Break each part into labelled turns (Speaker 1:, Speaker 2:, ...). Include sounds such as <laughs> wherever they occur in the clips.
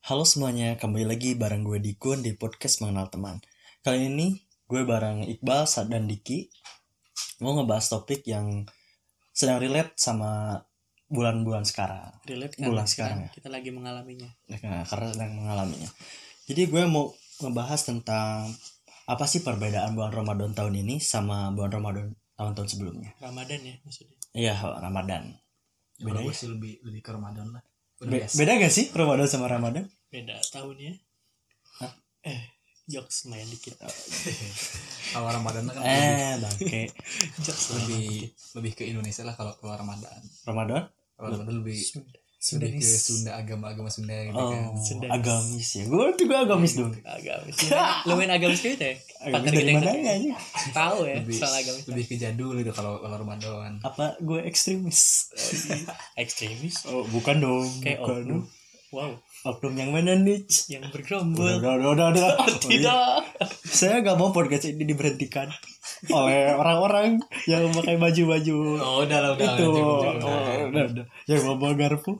Speaker 1: Halo semuanya, kembali lagi bareng gue Dikun di podcast Mengenal Teman. Kali ini gue bareng Iqbal, Sad, dan Diki mau ngebahas topik yang sedang relate sama bulan-bulan sekarang.
Speaker 2: relate
Speaker 1: Bulan
Speaker 2: karena
Speaker 1: sekarang ya.
Speaker 2: kita lagi mengalaminya
Speaker 1: Nah, karena sedang mengalaminya. Jadi gue mau ngebahas tentang apa sih perbedaan bulan Ramadan tahun ini sama bulan Ramadan tahun-tahun sebelumnya.
Speaker 2: Ramadan ya maksudnya
Speaker 1: Iya, Ramadan.
Speaker 3: Beda
Speaker 1: Bedanya?
Speaker 3: gue sih lebih lebih ke Ramadan lah. Udah
Speaker 1: Be-
Speaker 3: biasa.
Speaker 1: beda gak sih Ramadan sama Ramadan?
Speaker 2: beda tahunnya
Speaker 1: Hah?
Speaker 2: eh jokes lumayan dikit
Speaker 3: Kalau Ramadan kan lebih,
Speaker 1: Eh, bangke.
Speaker 2: <laughs> jokes lumayan
Speaker 3: lebih
Speaker 2: dikit
Speaker 3: lebih ke Indonesia lah kalau kalau Ramadan.
Speaker 1: Ramadan?
Speaker 3: Kalau Ramadan lebih
Speaker 2: Sunda.
Speaker 3: lebih ke
Speaker 2: Sundanis.
Speaker 3: Sunda agama-agama Sunda gitu
Speaker 1: Oh,
Speaker 3: kan.
Speaker 2: Sundanis.
Speaker 1: agamis ya. Gue tuh gue agamis dong.
Speaker 2: agamis Lumayan- lumayan agamis gitu ya
Speaker 1: Agamis
Speaker 2: Partner
Speaker 1: dari
Speaker 2: kita yang
Speaker 1: mana
Speaker 2: satu.
Speaker 1: ya? anjing?
Speaker 2: tahu ya
Speaker 3: Lebih
Speaker 2: soal agamis
Speaker 3: lebih ke jadul gitu kalau kalau Ramadan.
Speaker 1: Apa gue ekstremis?
Speaker 2: <laughs> ekstremis
Speaker 1: Oh, bukan dong.
Speaker 2: Kayak
Speaker 1: bukan
Speaker 2: oknum.
Speaker 1: dong.
Speaker 2: wow
Speaker 1: Oknum yang mana nih?
Speaker 2: yang
Speaker 1: Udah, iya.
Speaker 2: bergerombol
Speaker 1: udah, udah, udah, <laughs> udah.
Speaker 2: tidak <laughs>
Speaker 1: Saya nggak mau podcast ini diberhentikan oleh orang-orang yang memakai baju-baju
Speaker 3: Oh, udah lah udah.
Speaker 1: itu.
Speaker 3: cukup,
Speaker 1: Oh,
Speaker 3: cukup, udah.
Speaker 1: udah, udah. Yang bawa garpu.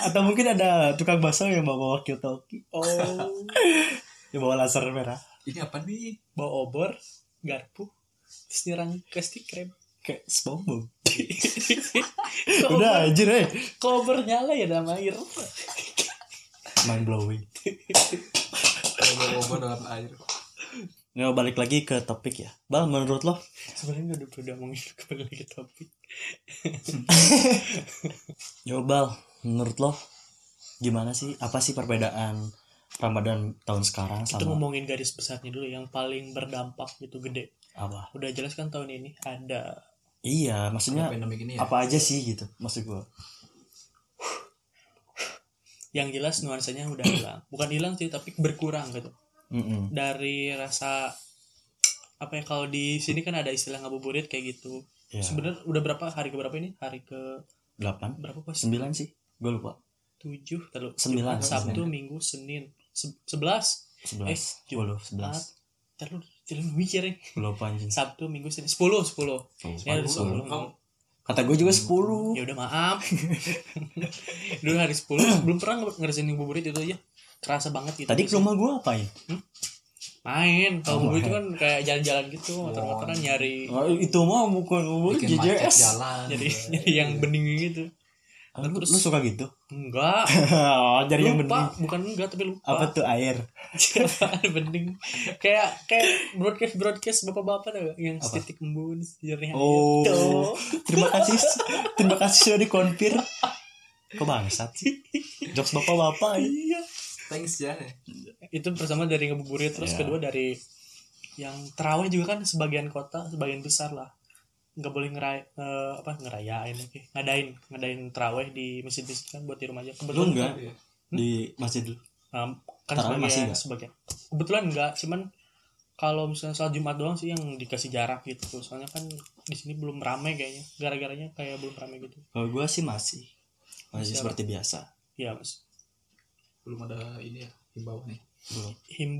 Speaker 1: Atau mungkin ada tukang bakso yang bawa wakil toki.
Speaker 2: oh
Speaker 1: Yang bawa laser merah.
Speaker 3: Ini apa nih?
Speaker 2: bawa obor garpu terus nyerang Krusty Krab
Speaker 1: Kayak SpongeBob.
Speaker 2: Kok
Speaker 1: Udah
Speaker 2: obor-
Speaker 1: anjir eh.
Speaker 2: <laughs> kok obor nyala ya dalam air
Speaker 1: Mind blowing.
Speaker 3: Obor-obor dalam air.
Speaker 1: Nah, balik lagi ke topik ya. Bang, menurut lo
Speaker 2: sebenarnya udah udah ngomongin kembali lagi ke topik
Speaker 1: Coba, menurut lo gimana sih? Apa sih perbedaan Ramadan tahun sekarang
Speaker 2: kita
Speaker 1: sama
Speaker 2: ngomongin garis besarnya dulu yang paling berdampak gitu gede
Speaker 1: apa?
Speaker 2: udah jelas kan tahun ini ada
Speaker 1: Iya,
Speaker 3: Ada
Speaker 1: maksudnya
Speaker 3: pandemi ini ya.
Speaker 1: apa aja sih gitu? Maksud gua.
Speaker 2: yang jelas nuansanya udah hilang bukan hilang sih tapi berkurang gitu
Speaker 1: Mm-mm.
Speaker 2: dari rasa apa ya kalau di sini kan ada istilah ngabuburit kayak gitu
Speaker 1: Iya.
Speaker 2: sebenarnya udah berapa hari ke berapa ini hari ke
Speaker 1: Delapan,
Speaker 2: berapa pas
Speaker 1: sembilan sih? Gue lupa.
Speaker 2: tujuh terlalu
Speaker 1: Sembilan,
Speaker 2: sabtu
Speaker 1: sembilan.
Speaker 2: minggu senin Se- sebelas
Speaker 1: Sebelas,
Speaker 2: Eh, Jumat.
Speaker 1: sepuluh, sebelas.
Speaker 2: terlalu terlalu mikir ya
Speaker 1: Belum
Speaker 2: <laughs>
Speaker 1: anjing.
Speaker 2: sabtu minggu senin sepuluh sepuluh ya udah
Speaker 1: Sepuluh.
Speaker 2: sepuluh
Speaker 3: Kau-
Speaker 1: Kata gue juga sepuluh.
Speaker 2: ya udah maaf <laughs> dulu hari 10 belum pernah nger- ngerasain ngabuburit itu aja kerasa banget gitu
Speaker 1: Tadi ke rumah gua apa ya?
Speaker 2: main
Speaker 1: Oh, iya.
Speaker 2: kalau ngabuburit itu kan kayak jalan-jalan gitu motor-motoran nyari
Speaker 1: itu mah bukan gue
Speaker 3: bikin macet
Speaker 1: JJS.
Speaker 3: jalan.
Speaker 2: nyari
Speaker 3: gitu.
Speaker 2: nyari yang bening gitu
Speaker 1: Ah, Lu,
Speaker 2: Terus-
Speaker 1: lu suka gitu? <laughs> Oh,
Speaker 2: enggak
Speaker 1: Jadi yang
Speaker 2: lupa
Speaker 1: bening.
Speaker 2: bukan enggak tapi lupa <laughs>
Speaker 1: Apa tuh air?
Speaker 2: Apaan bening kayak kayak broadcast broadcast bapak-bapak tuh yang
Speaker 1: Apa?
Speaker 2: setitik embun sejarahnya
Speaker 1: Oh.
Speaker 2: Tuh.
Speaker 1: Terima kasih. Terima kasih sudah dikonfir. Kok bangsat sih? Jokes bapak-bapak ya.
Speaker 2: iya
Speaker 3: <laughs> Thanks ya.
Speaker 2: itu pertama dari ngebuburit terus
Speaker 1: Iya.
Speaker 2: kedua dari yang terawih juga kan sebagian kota sebagian besar lah nggak boleh ngeray eh, apa ngerayain oke ngadain ngadain terawih di masjid-masjid kan buat di rumah aja
Speaker 1: Lu
Speaker 2: kebetulan
Speaker 1: enggak
Speaker 3: ya.
Speaker 1: di masjid lu.
Speaker 2: em, kan
Speaker 1: Tarawih
Speaker 2: sebagian,
Speaker 1: masih nggak?
Speaker 2: sebagian kebetulan enggak cuman kalau misalnya soal Jumat doang sih yang dikasih jarak gitu soalnya kan di sini belum rame kayaknya gara-garanya kayak belum rame gitu
Speaker 1: Kalau gua sih masih. Masih
Speaker 2: Masih apa?
Speaker 1: seperti biasa.
Speaker 2: ya mas
Speaker 3: Belum ada ini ya himbauan nih.
Speaker 1: Belum.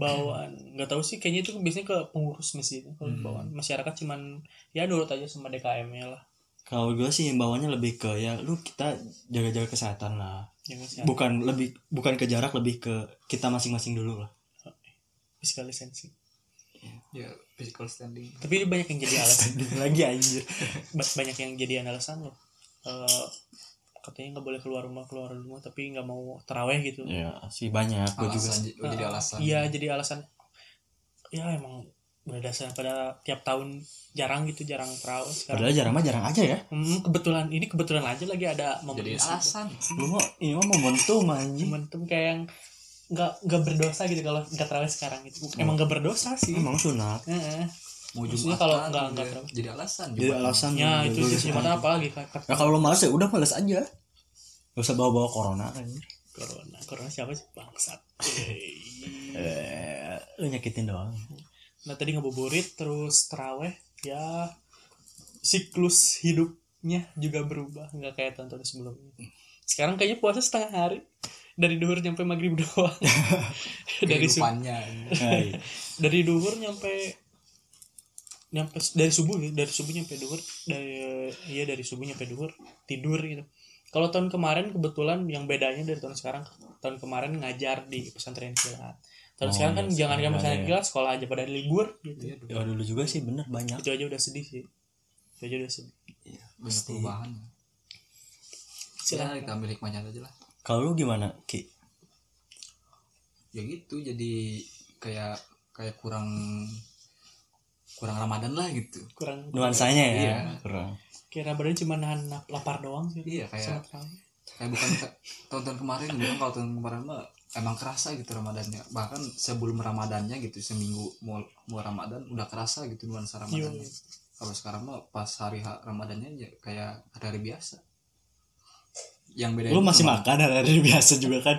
Speaker 2: himbauan nggak tahu sih kayaknya itu biasanya ke pengurus masjid kalau
Speaker 3: Hmm.
Speaker 2: himbauan masyarakat cuman ya nurut aja sama DKM-nya lah
Speaker 1: Kalau gua sih imbauannya lebih ke ya lu kita jaga-jaga kesehatan lah.
Speaker 2: yang
Speaker 1: Bukan lebih bukan ke jarak lebih ke kita masing-masing dulu lah.
Speaker 2: physical distancing
Speaker 3: Ya, physical standing.
Speaker 2: tapi banyak yang
Speaker 3: <laughs>
Speaker 2: jadi alasan
Speaker 1: <laughs> Lagi anjir.
Speaker 2: ba- banyak yang jadi alasan loh Eh, katanya nggak boleh keluar rumah keluar rumah tapi nggak mau teraweh gitu
Speaker 1: Ya, sih banyak gua juga.
Speaker 3: Alasan
Speaker 2: Eh,
Speaker 3: Iya, jadi alasan.
Speaker 2: iya jadi alasan ya emang berdasarkan pada tiap tahun jarang gitu jarang teraweh sekarang
Speaker 1: Padahal jarang mah jarang aja ya.
Speaker 2: Hmm, kebetulan ini kebetulan aja lagi ada momen
Speaker 3: Jadi
Speaker 2: di situ.
Speaker 3: alasan.
Speaker 1: Lu mau ini mah momentum anjing.
Speaker 2: momentum kayak yang nggak nggak berdosa gitu kalau nggak teraweh sekarang gitu
Speaker 3: Hmm.
Speaker 2: emang nggak berdosa sih
Speaker 1: Emang sunat.
Speaker 2: Heeh.
Speaker 3: Mau
Speaker 2: Maksudnya
Speaker 3: Jumatan
Speaker 2: kalau nggak-
Speaker 3: juga
Speaker 2: nggak terlalu.
Speaker 3: jadi alasan.
Speaker 1: Jadi
Speaker 3: Jumatan.
Speaker 1: alasan
Speaker 2: ya
Speaker 1: lu
Speaker 2: itu
Speaker 1: jaga
Speaker 2: sih
Speaker 1: kesehatan.
Speaker 2: jumatan apalagi Kak?
Speaker 1: Ya kalau lo males ya udah males aja. Gak usah bawa-bawa corona kan.
Speaker 2: Corona. Corona siapa sih? Bangsat.
Speaker 1: Eh, lu nyakitin doang.
Speaker 2: nah tadi ngebuburit terus teraweh ya siklus hidupnya juga berubah nggak kayak tahun-tahun sebelumnya. Sekarang kayaknya puasa setengah hari dari duhur nyampe maghrib <laughs> doang. dari sub- <laughs>
Speaker 3: Kehidupannya. ya.
Speaker 1: Iya.
Speaker 2: dari duhur nyampe nyampe dari subuh ya, dari subuh nyampe duhur dari iya dari subuh nyampe duhur tidur gitu Kalau tahun kemarin kebetulan yang bedanya dari tahun sekarang tahun kemarin ngajar di pesantren kilat. Tahun
Speaker 1: Oh,
Speaker 2: sekarang kan
Speaker 1: iya,
Speaker 2: jangan kan
Speaker 1: iya,
Speaker 2: pesantren
Speaker 1: iya.
Speaker 2: kilat sekolah aja pada libur gitu.
Speaker 3: Iya,
Speaker 1: Ya dulu juga sih bener banyak.
Speaker 2: Itu aja udah sedih sih. Itu aja udah sedih.
Speaker 3: banyak
Speaker 1: Pasti.
Speaker 3: perubahan. Ya,
Speaker 2: Silakan.
Speaker 3: kita ambil hikmahnya aja lah.
Speaker 1: Kalau lu gimana, Ki?
Speaker 3: Ya gitu, jadi kayak kayak kurang kurang Ramadan lah gitu.
Speaker 2: kurang
Speaker 1: Nuansanya ya.
Speaker 3: Iya.
Speaker 1: Kurang.
Speaker 2: kira badan cuma nahan nap- lapar doang sih.
Speaker 3: Iya,
Speaker 2: Sama
Speaker 3: kayak-
Speaker 1: <laughs>
Speaker 2: terawih.
Speaker 3: Kayak Eh, bukan kayak tahun-tahun kemarin gitu kan kalau tahun kemarin mah emang kerasa gitu Ramadannya. Bahkan sebelum Ramadannya gitu seminggu mau mau Ramadan udah kerasa gitu nuansa
Speaker 2: Iya.
Speaker 3: Ramadannya. Kalau sekarang mah pas hari ha- Ramadannya aja kayak hari-hari biasa. Yang beda
Speaker 1: Lu masih makan
Speaker 3: makan
Speaker 1: hari, hari <laughs> biasa juga kan?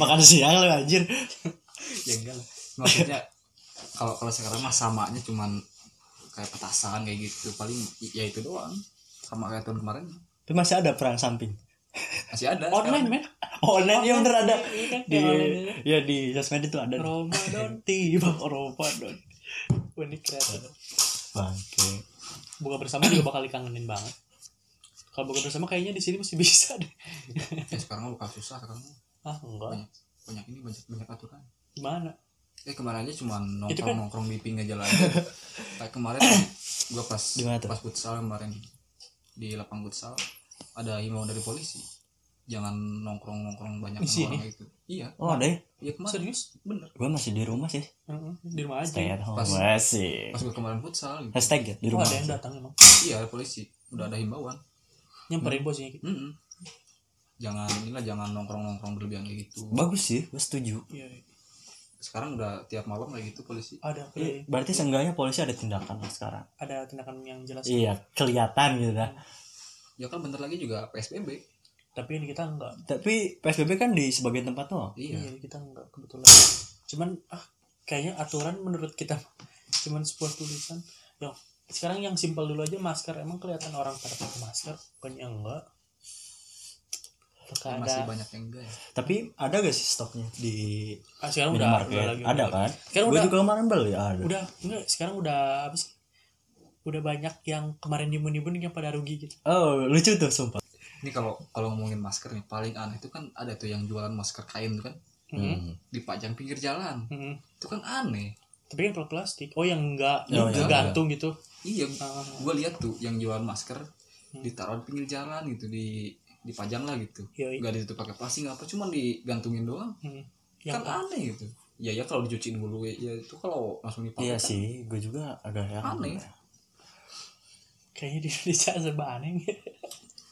Speaker 1: makan siang lu anjir.
Speaker 3: ya enggak lah. Maksudnya kalau kalau sekarang mah samanya cuman kayak petasan kayak gitu paling i- ya itu doang sama kayak tahun kemarin
Speaker 1: Tapi masih ada perang samping.
Speaker 3: masih ada
Speaker 2: Online, men.
Speaker 1: Online ya bener ada.
Speaker 2: Iya kan,
Speaker 1: Di
Speaker 2: yang online aja.
Speaker 1: ya di sosmed itu ada.
Speaker 2: Ramadan
Speaker 1: Tiba Ramadan.
Speaker 2: unik kreatif.
Speaker 1: Bangke.
Speaker 2: Buka bersama juga bakal dikangenin banget. Kalau buka bersama kayaknya di sini masih bisa deh.
Speaker 3: sekarang. Ya, sekarang mah bukan susah sekarang mah
Speaker 2: Ah, enggak.
Speaker 1: Iya.
Speaker 3: banyak ini banyak banyak aturan
Speaker 2: Gimana?
Speaker 3: eh kemarin aja cuman
Speaker 2: Itu
Speaker 3: nongkrong
Speaker 2: kan-
Speaker 3: nongkrong di pinggir
Speaker 2: <laughs>
Speaker 3: jalan kayak kemarin gua pas
Speaker 1: Gimana tuh?
Speaker 3: pas futsal kemarin di lapang futsal ada himbauan dari polisi jangan nongkrong nongkrong banyak
Speaker 2: Di sini?
Speaker 3: orang itu iya
Speaker 1: Oh, ada ya?
Speaker 3: iya kemarin
Speaker 2: Serius?
Speaker 3: bener
Speaker 1: Gue masih di rumah sih.
Speaker 2: Heeh, Di rumah aja.
Speaker 1: Stay at home.
Speaker 3: Pas-
Speaker 1: Masih.
Speaker 3: pas gua kemarin futsal gitu.
Speaker 1: Hashtag ya di
Speaker 2: Oh,
Speaker 1: rumah.
Speaker 2: ada yang datang emang.
Speaker 3: iya ada polisi udah ada himbauan
Speaker 2: Nyamperin
Speaker 1: Iya.
Speaker 2: bosnya gitu.
Speaker 3: Mm-mm. jangan inilah jangan nongkrong nongkrong berlebihan kayak gitu
Speaker 1: Bagus sih, gue setuju.
Speaker 2: Iya, iya.
Speaker 3: sekarang udah tiap malam kayak gitu polisi
Speaker 2: ada
Speaker 1: Iya,
Speaker 2: keliling.
Speaker 1: Berarti seenggaknya polisi ada tindakan lah sekarang.
Speaker 2: ada tindakan yang jelas.
Speaker 1: Iya, kelihatan gitu dah.
Speaker 3: ya kan bentar lagi juga psbb
Speaker 2: Tapi ini kita enggak.
Speaker 1: Tapi PSBB kan di sebagian tempat doang.
Speaker 3: iya
Speaker 2: Iya, kita enggak kebetulan. Cuman ah kayaknya aturan menurut kita <laughs> cuman sebuah tulisan. Yo, sekarang yang simpel dulu aja masker emang kelihatan orang pada pakai masker, bukannya enggak. Apakah Iya. ada?
Speaker 3: Kan masih banyak yang enggak ya
Speaker 1: Tapi ada gak sih stoknya di
Speaker 2: Ah, sekarang udah, udah
Speaker 1: minimarket?
Speaker 2: lagi.
Speaker 1: Ada
Speaker 2: udah.
Speaker 1: kan?
Speaker 2: Sekarang
Speaker 1: Gue
Speaker 2: udah
Speaker 1: juga kemarin beli ada.
Speaker 2: udah enggak sekarang udah apa sih? Udah banyak yang kemarin nimun-nimun yang pada rugi gitu.
Speaker 1: Oh, lucu tuh sumpah.
Speaker 3: ini kalau kalau ngomongin masker nih paling aneh itu kan ada tuh yang jualan masker kain tuh kan
Speaker 2: Heeh.
Speaker 1: Hmm.
Speaker 3: dipajang pinggir jalan
Speaker 2: Heeh.
Speaker 3: itu kan aneh
Speaker 2: Hmm. Tapi kan kalau plastik. Oh, yang enggak
Speaker 1: Oh,
Speaker 2: yang
Speaker 1: yang
Speaker 2: gantung gitu.
Speaker 3: iya
Speaker 2: Ah,
Speaker 3: gua lihat tuh yang jualan masker
Speaker 1: Hmm.
Speaker 3: ditaruh di pinggir jalan gitu di dipajang lah gitu
Speaker 1: Iya,
Speaker 2: yoi.
Speaker 3: nggak ditutup pakai plastik nggak apa cuman digantungin doang
Speaker 2: Hmm. Yang
Speaker 3: kan aneh gitu ya ya kalau dicuciin dulu ya itu kalau langsung dipakai
Speaker 1: Iya
Speaker 3: kan
Speaker 1: sih, gue juga agak heran.
Speaker 3: Aneh.
Speaker 2: kayaknya di Indonesia <laughs> serba aneh.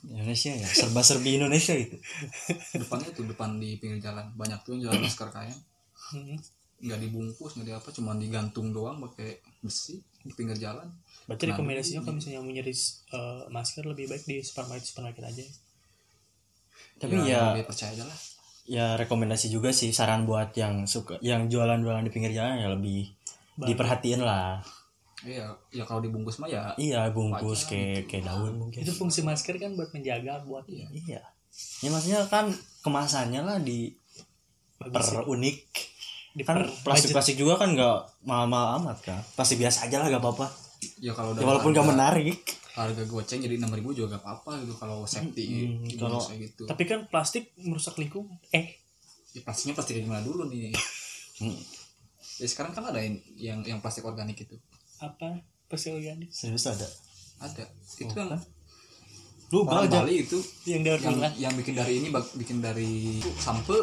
Speaker 1: Indonesia ya, serba-serbi Indonesia gitu.
Speaker 3: depannya tuh depan di pinggir jalan banyak tuh yang jualan masker kain
Speaker 2: Hmm.
Speaker 3: nggak dibungkus nggak di apa cuman digantung doang pakai besi di pinggir jalan
Speaker 2: Berarti
Speaker 3: Nah,
Speaker 2: rekomendasinya kalau
Speaker 3: iya.
Speaker 2: misalnya mau nyari eh, masker lebih baik di supermarket supermarket aja.
Speaker 1: Tapi
Speaker 2: Iya,
Speaker 1: ya,
Speaker 3: lebih percaya aja lah
Speaker 1: ya rekomendasi juga sih saran buat yang suka yang jualan-jualan di pinggir jalan ya lebih
Speaker 2: Bahan.
Speaker 1: diperhatiin lah.
Speaker 3: iya ya kalau dibungkus mah ya
Speaker 1: Iya, bungkus
Speaker 3: Wajar
Speaker 1: kayak
Speaker 3: gitu.
Speaker 1: kayak daun mungkin.
Speaker 2: Itu fungsi masker kan buat menjaga, buat
Speaker 3: iya
Speaker 1: Iya. Ya maksudnya kan kemasannya lah di per
Speaker 2: bagus sih.
Speaker 1: unik.
Speaker 2: Di
Speaker 1: Kan
Speaker 2: per-
Speaker 1: plastik plastik juga kan nggak mahal-mahal amat kan. Plastik biasa aja lah gak apa-apa.
Speaker 3: ya kalau udah
Speaker 1: Ya, walaupun gak
Speaker 3: harga-
Speaker 1: menarik.
Speaker 3: harga goceng jadi enam ribu juga gak apa-apa gitu kalau safety
Speaker 1: Hmm,
Speaker 3: gitu,
Speaker 1: kalau-
Speaker 3: kayak gitu
Speaker 2: Tapi kan plastik merusak lingkungan. Eh,
Speaker 3: ya, plastiknya plastik dari mana dulu nih
Speaker 1: Hmm,
Speaker 3: ya sekarang kan ada yang yang, yang plastik organik itu
Speaker 2: apa? Plastik organik.
Speaker 1: serius ada.
Speaker 3: ada itu yang
Speaker 1: Lu Oh,
Speaker 3: orang
Speaker 1: kan? belajar. kan?
Speaker 3: Bali itu
Speaker 2: Yang daur
Speaker 3: yang
Speaker 2: ulang.
Speaker 3: yang bikin dari ini bak- bikin dari sampe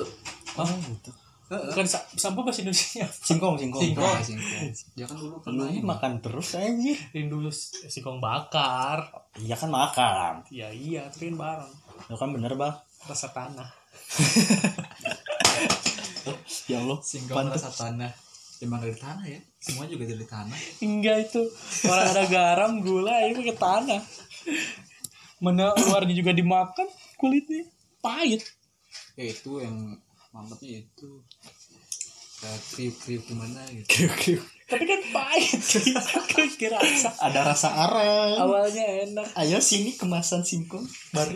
Speaker 1: Oh, gitu.
Speaker 3: Heeh.
Speaker 2: Bukan Kan sa- sampah bahasa Indonesia. <laughs>
Speaker 1: Singkong, singkong.
Speaker 3: Singkong, Iya, singkong. Dia kan dulu
Speaker 1: Lu
Speaker 3: pernah ini.
Speaker 1: makan terus aja.
Speaker 2: Rindu s- singkong bakar.
Speaker 1: Iya kan makan.
Speaker 2: Ya iya, tapi kan bareng.
Speaker 1: Lu kan bener bang.
Speaker 2: Rasa tanah.
Speaker 1: Ya Allah.
Speaker 3: Singkong rasa tanah. Emang dari tanah ya? Semua juga dari tanah.
Speaker 2: Enggak itu. Orang ada garam, gula, ini pakai tanah. Mana luarnya juga dimakan, kulitnya pahit.
Speaker 3: Ya itu yang mantapnya itu. Kayak kriuk-kriuk gimana gitu.
Speaker 2: tapi kan
Speaker 1: <laughs>
Speaker 2: pahit kira rasa
Speaker 1: <laughs> Ada rasa arang.
Speaker 2: awalnya enak
Speaker 1: Ayo sini kemasan singkong baru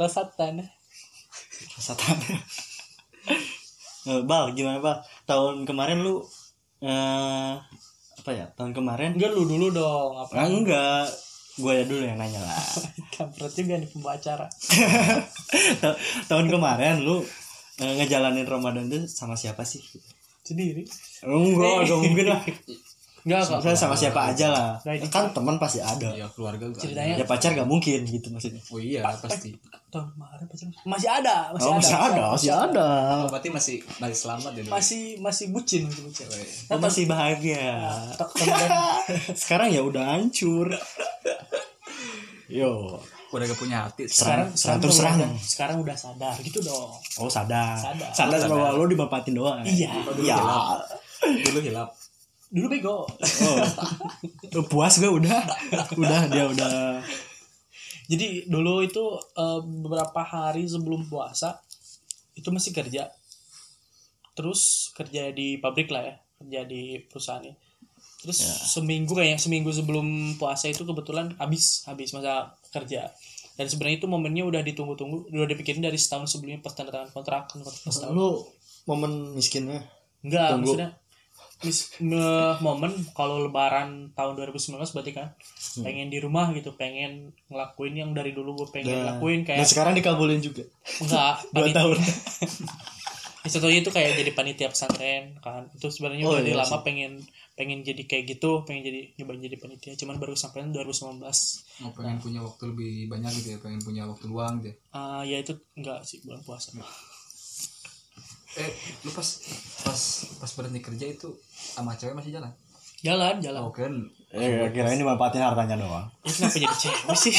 Speaker 2: rasa tanah
Speaker 1: rasa tanah. Eh, Bal, gimana Bal? Tahun kemarin lu eh apa ya? Tahun kemarin
Speaker 2: enggak lu dulu dong apa
Speaker 1: Ah, enggak gue dulu yang nanya lah <laughs>
Speaker 2: kampret juga nih pembacara
Speaker 1: tahun kemarin lu eh, ngejalanin Ramadan tuh sama siapa sih?
Speaker 2: sendiri
Speaker 1: Enggak, enggak mungkin lah.
Speaker 2: Eh. enggak kok
Speaker 1: Misalnya sama siapa aja lah.
Speaker 2: Nah, ini-
Speaker 1: Kan teman pasti ada.
Speaker 3: Iya keluarga gak
Speaker 2: Ceritanya-
Speaker 1: Ya pacar gak mungkin gitu maksudnya.
Speaker 3: Oh iya pasti.
Speaker 2: tahun kemarin pacar masih ada masih
Speaker 1: Oh,
Speaker 2: ada
Speaker 1: masih ada, masih ada.
Speaker 3: Oh, berarti masih masih selamat ya. iya. dulu.
Speaker 2: masih masih bucin masih bucin
Speaker 3: Cewek.
Speaker 1: Oh, masih bahagia.
Speaker 2: Tak- kemudian-
Speaker 1: <laughs> Sekarang ya udah hancur. Yo,
Speaker 3: Udah gak punya hati.
Speaker 2: sekarang
Speaker 1: Serang-
Speaker 2: sekarang
Speaker 1: serang- serang.
Speaker 2: udah- sekarang udah sadar gitu dong
Speaker 1: oh sadar.
Speaker 2: Sadar.
Speaker 1: Sadar bahwa lo dimanfaatin doang.
Speaker 2: iya
Speaker 1: Iya.
Speaker 3: Dulu hilap.
Speaker 2: dulu bego
Speaker 1: Oh. Puas gue udah. <laughs> Udah dia udah.
Speaker 2: jadi dulu itu eh, beberapa hari sebelum puasa itu masih kerja terus kerja di pabrik lah ya kerja di perusahaannya terus
Speaker 1: Ya.
Speaker 2: seminggu kayak seminggu sebelum puasa itu kebetulan habis habis masa kerja dan sebenarnya itu momennya udah ditunggu-tunggu udah dipikirin dari setahun sebelumnya pas tanda tangan kontrak kan kontrak setahun
Speaker 1: Lu momen miskinnya.
Speaker 2: enggak
Speaker 1: Tunggu.
Speaker 2: maksudnya mis- me- momen kalau lebaran tahun 2019 berarti kan
Speaker 1: Hmm.
Speaker 2: pengen di rumah gitu pengen ngelakuin yang dari dulu gue pengen lakuin
Speaker 1: Dan
Speaker 2: kayak
Speaker 1: Nah, sekarang dikabulin juga.
Speaker 2: enggak
Speaker 1: <laughs> Dua
Speaker 2: panitia
Speaker 1: tahun.
Speaker 2: contohnya itu kayak jadi panitia pesantren kan itu sebenarnya
Speaker 1: Oh,
Speaker 2: udah dari
Speaker 1: iya
Speaker 2: lama pengen pengen jadi kayak gitu pengen jadi nyobain jadi panitia cuman baru sampai 2019
Speaker 3: Mau pengen punya waktu lebih banyak gitu ya. Pengen punya waktu luang gitu ya.
Speaker 2: ah ya itu enggak sih bulan puasa
Speaker 3: Eh lu pas pas pas berhenti kerja itu sama cewek masih jalan?
Speaker 2: jalan jalan
Speaker 3: Oh kan.
Speaker 1: Eh, kirain dimanfaatin hartanya doang.
Speaker 2: ya, kenapa jadi cewek
Speaker 1: <laughs>
Speaker 2: sih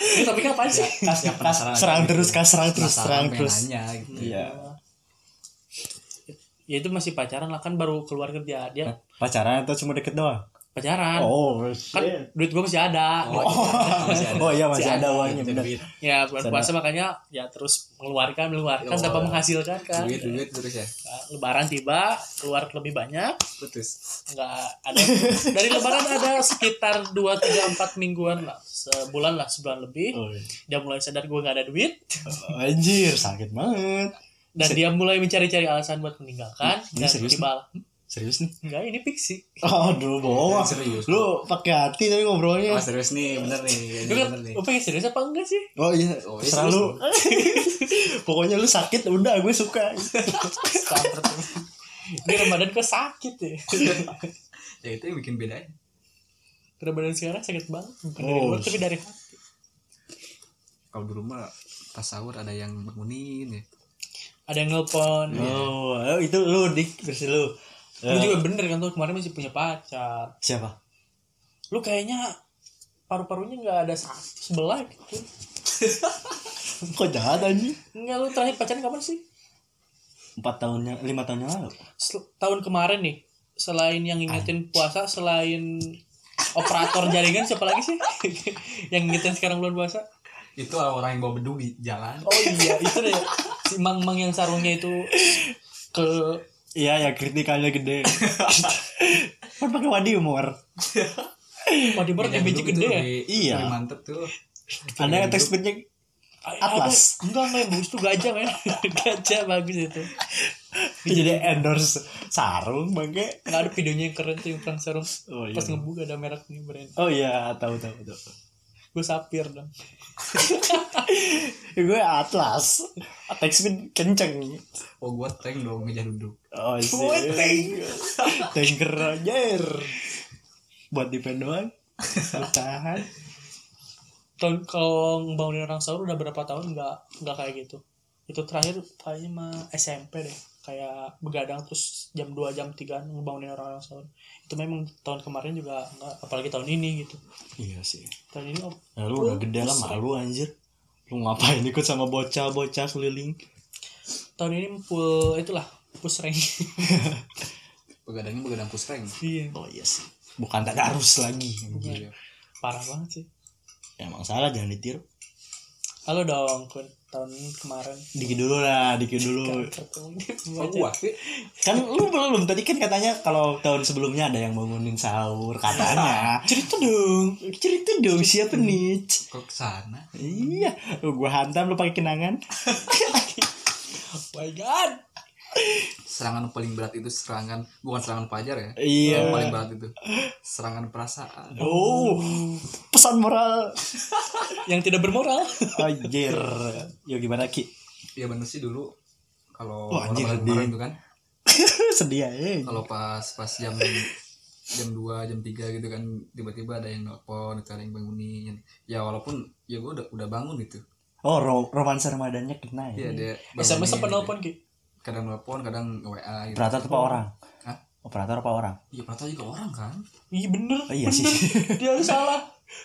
Speaker 2: ini topiknya apa sih
Speaker 1: Kas, kas, serang terus, kas, serang terus, serang terus.
Speaker 3: Nanya, gitu.
Speaker 1: gitu. Iya.
Speaker 2: ya itu masih pacaran lah kan baru keluar kerja dia
Speaker 1: Pacaran atau cuma deket doang?
Speaker 2: pacaran
Speaker 1: Oh,
Speaker 2: kan
Speaker 1: shit.
Speaker 2: duit gue masih ada
Speaker 1: Oh iya masih ada uangnya bener.
Speaker 3: Duit,
Speaker 2: ya bulan puasa makanya ya terus mengeluarkan mengeluarkan
Speaker 3: Oh.
Speaker 2: tanpa menghasilkan kan
Speaker 3: duit, duit terus ya.
Speaker 2: Nah, lebaran tiba keluar lebih banyak
Speaker 3: Putus.
Speaker 2: nggak ada dari lebaran ada sekitar 2, 3, 4 mingguan lah sebulan lah sebulan lebih
Speaker 1: Oh, iya.
Speaker 2: dia mulai sadar gue nggak ada duit
Speaker 1: Anjir, sakit banget.
Speaker 2: dan dia mulai mencari-cari alasan buat meninggalkan
Speaker 1: Ini
Speaker 2: dan
Speaker 1: serius
Speaker 2: tiba
Speaker 1: Serius nih?
Speaker 2: enggak ini fiksi
Speaker 1: Aduh, bohong.
Speaker 3: Serius.
Speaker 1: Lu pakai hati tadi ngobrolnya.
Speaker 3: Oh serius nih, bener nih.
Speaker 2: Lu
Speaker 1: Iya.
Speaker 3: kayaknya
Speaker 2: kan,
Speaker 3: Bener nih.
Speaker 2: lu pengen serius apa enggak sih?
Speaker 1: Oh iya,
Speaker 3: Oh, iya,
Speaker 1: terserah lu. <laughs> Pokoknya lu sakit udah gue suka.
Speaker 2: Standar. Ini Ramadan gue sakit ya.
Speaker 3: Ya itu yang bikin bedanya.
Speaker 2: Ramadan sekarang sakit banget. Bukan dari
Speaker 1: Oh,
Speaker 2: luar tapi dari hati.
Speaker 3: Kalau di rumah pas sahur ada yang bangunin ya.
Speaker 2: Ada yang nelpon.
Speaker 1: Oh, eh, itu lu dik versi lu. Eh,
Speaker 2: Lu juga bener kan tuh kemarin masih punya pacar.
Speaker 1: siapa? <laughs>
Speaker 2: Lu kayaknya paru-parunya nggak ada satu sebelah gitu.
Speaker 1: Kok jahat anjing?
Speaker 2: Enggak lu terakhir pacaran kapan sih?
Speaker 1: Empat tahunnya, lima tahun yang lalu.
Speaker 2: Sel- tahun kemarin nih. Selain yang ngingetin puasa, selain operator jaringan siapa lagi sih? <laughs> yang ngingetin sekarang bulan puasa?
Speaker 3: Itu orang yang bawa bedu di jalan.
Speaker 2: Oh iya, itu deh. Si Mang-mang yang sarungnya itu ke
Speaker 1: Iya, ya kritikannya
Speaker 3: <laughs>
Speaker 1: gede. kan pakai wadi humor.
Speaker 2: Wadi Barat yang biji
Speaker 3: duduk
Speaker 2: gede
Speaker 3: itu
Speaker 2: ya?
Speaker 3: lebih-
Speaker 1: Iya.
Speaker 3: lebih mantep tuh.
Speaker 1: Ada yang textbooknya Atlas.
Speaker 2: Ada- Enggak men, bagus tuh gajah men <laughs> Gajah bagus itu
Speaker 1: jadi endorse sarung bangke.
Speaker 2: Enggak ada videonya yang keren tuh yang perang sarung
Speaker 1: Oh iya.
Speaker 2: Pas ngebuka ada mereknya brand
Speaker 1: Oh iya, tahu tahu tahu.
Speaker 2: Gue sapir dong
Speaker 1: Iya. Ya, gue Atlas. Textbook kenceng.
Speaker 3: Oh gua tank dong meja duduk.
Speaker 1: Oh
Speaker 2: Gue tank.
Speaker 1: sih. Tanker anjir. Buat defend doang. Bertahan.
Speaker 2: Tahun kalau ngebangunin orang sahur udah berapa tahun enggak enggak kayak gitu Itu terakhir kayaknya mah SMP deh Kayak begadang terus jam 2 jam 3 ngebangunin orang-orang sahur Itu memang tahun kemarin juga enggak Apalagi tahun ini gitu
Speaker 1: Iya sih.
Speaker 2: Tahun ini oh,
Speaker 1: Nah, lu udah gede lah malu anjir. Lu ngapain ikut sama bocah-bocah keliling?
Speaker 2: tahun ini full itulah push rank
Speaker 3: Begadangnya begadang pusreng.
Speaker 2: <laughs> Iya
Speaker 1: Oh iya sih. Bukan tadarus lagi. anjir.
Speaker 3: Iya.
Speaker 2: Parah banget sih
Speaker 1: Emang salah jangan ditiru.
Speaker 2: Halo dong Kun tahun kemarin Kan
Speaker 1: Dikit dulu lah, dikit dulu.
Speaker 3: Oh,
Speaker 2: ketemu
Speaker 3: gua sih.
Speaker 1: Kan lu belum tadi kan katanya kalau tahun sebelumnya ada yang bangunin sahur katanya.
Speaker 2: cerita dong
Speaker 1: Cerita dong siapa nih? Oh,
Speaker 3: Kok kesana?
Speaker 1: Iya, lu gua hantam lu pakai kenangan.
Speaker 2: oh my god
Speaker 3: serangan paling berat itu serangan bukan serangan pajar ya
Speaker 1: Iya.
Speaker 3: yang paling berat itu serangan perasaan
Speaker 2: Oh,
Speaker 1: Pesan moral.
Speaker 2: yang tidak bermoral.
Speaker 1: Anjir. Yo gimana Ki? <laughs>
Speaker 3: ya bener sih dulu kalau
Speaker 1: Wah, anjir,
Speaker 3: orang-orang
Speaker 1: sedih.
Speaker 3: kemarin itu kan
Speaker 1: Sedih aja.
Speaker 3: kalau pas pas jam jam 2, jam 3 gitu kan tiba-tiba ada yang nelpon itu ada yang bangunin ya walaupun ya gue udah udah bangun gitu
Speaker 1: Oh, ro romansa Ramadannya kena ya.
Speaker 3: ya ada
Speaker 2: SMS apa
Speaker 3: bangunin,
Speaker 2: nelpon ki?
Speaker 3: gitu. kadang nelpon kadang wa gitu
Speaker 1: Operator apa orang?
Speaker 3: Hah?
Speaker 1: Operator apa orang?
Speaker 3: ya perata juga orang kan
Speaker 2: Iya bener.
Speaker 1: Oh, iya
Speaker 2: bener.
Speaker 1: sih.
Speaker 2: <laughs> Dia ada salah.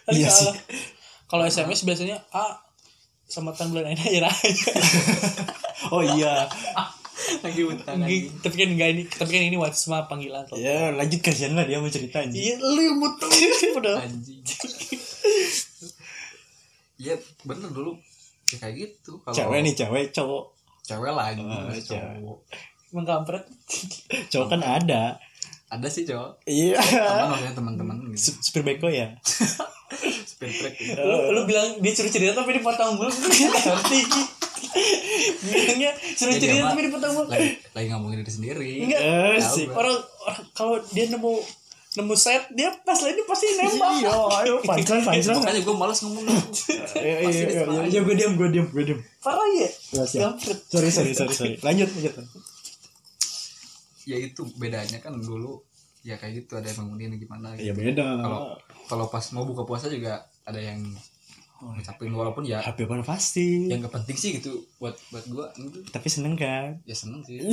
Speaker 2: Ada
Speaker 1: Iya
Speaker 2: salah. Kalau SMS biasanya A sama bulan ya, ini
Speaker 1: <laughs>
Speaker 2: aja aja.
Speaker 1: Oh iya.
Speaker 3: lagi utang
Speaker 1: Gitu.
Speaker 3: lagi
Speaker 2: Tapi kan enggak ini, tapi kan ini WhatsApp panggilan tuh.
Speaker 1: ya lanjut kasihan lah dia mau cerita anjir.
Speaker 2: Iya, lu yang <laughs> mutu. Padahal.
Speaker 3: anjing ya bener dulu ya kayak gitu kalau
Speaker 1: Cewek nih cewek, cowok.
Speaker 3: cewek lagi
Speaker 1: Oh,
Speaker 3: mas
Speaker 1: cewek.
Speaker 3: cowok
Speaker 2: Emang kampret.
Speaker 1: Cowok kan ada.
Speaker 3: ada sih cowok
Speaker 1: Iya.
Speaker 3: teman maksudnya teman-teman gitu
Speaker 1: Sup- Supir beko ya.
Speaker 3: speed track gitu.
Speaker 2: Lu, lu bilang dia suruh cerita tapi
Speaker 1: <laughs>
Speaker 2: dipotong mulu. Ngerti Ki. Bilangnya suruh
Speaker 1: Iya,
Speaker 3: Jadi
Speaker 2: cerita
Speaker 3: apa?
Speaker 2: tapi dipotong mulu.
Speaker 3: lagi lagi ngomongin diri sendiri
Speaker 2: Enggak.
Speaker 1: Eh,
Speaker 3: Tahu
Speaker 1: Iya. sih.
Speaker 3: gua.
Speaker 2: Orang, orang kalau dia nemu nemu set dia pas lainnya pasti nembak.
Speaker 1: Iya, ayo
Speaker 2: <laughs>
Speaker 1: pancelan pancelan. <laughs>
Speaker 3: makanya gue malas ngomong
Speaker 1: Iya iya iya. Iya gue diam gue diam gue diam.
Speaker 2: Parah ya.
Speaker 1: Ya, siap.
Speaker 2: Kampret.
Speaker 1: Sorry sorry sorry sorry. Lanjut lanjut.
Speaker 3: ya itu bedanya kan dulu ya kayak gitu ada yang bangunin gimana
Speaker 1: Iya
Speaker 3: gitu.
Speaker 1: beda.
Speaker 3: kalau kalau pas mau buka puasa juga ada yang ngucapin walaupun ya
Speaker 1: HP apaan pasti.
Speaker 3: yang gak penting sih gitu buat buat gue
Speaker 1: Tapi seneng kan?
Speaker 3: ya seneng sih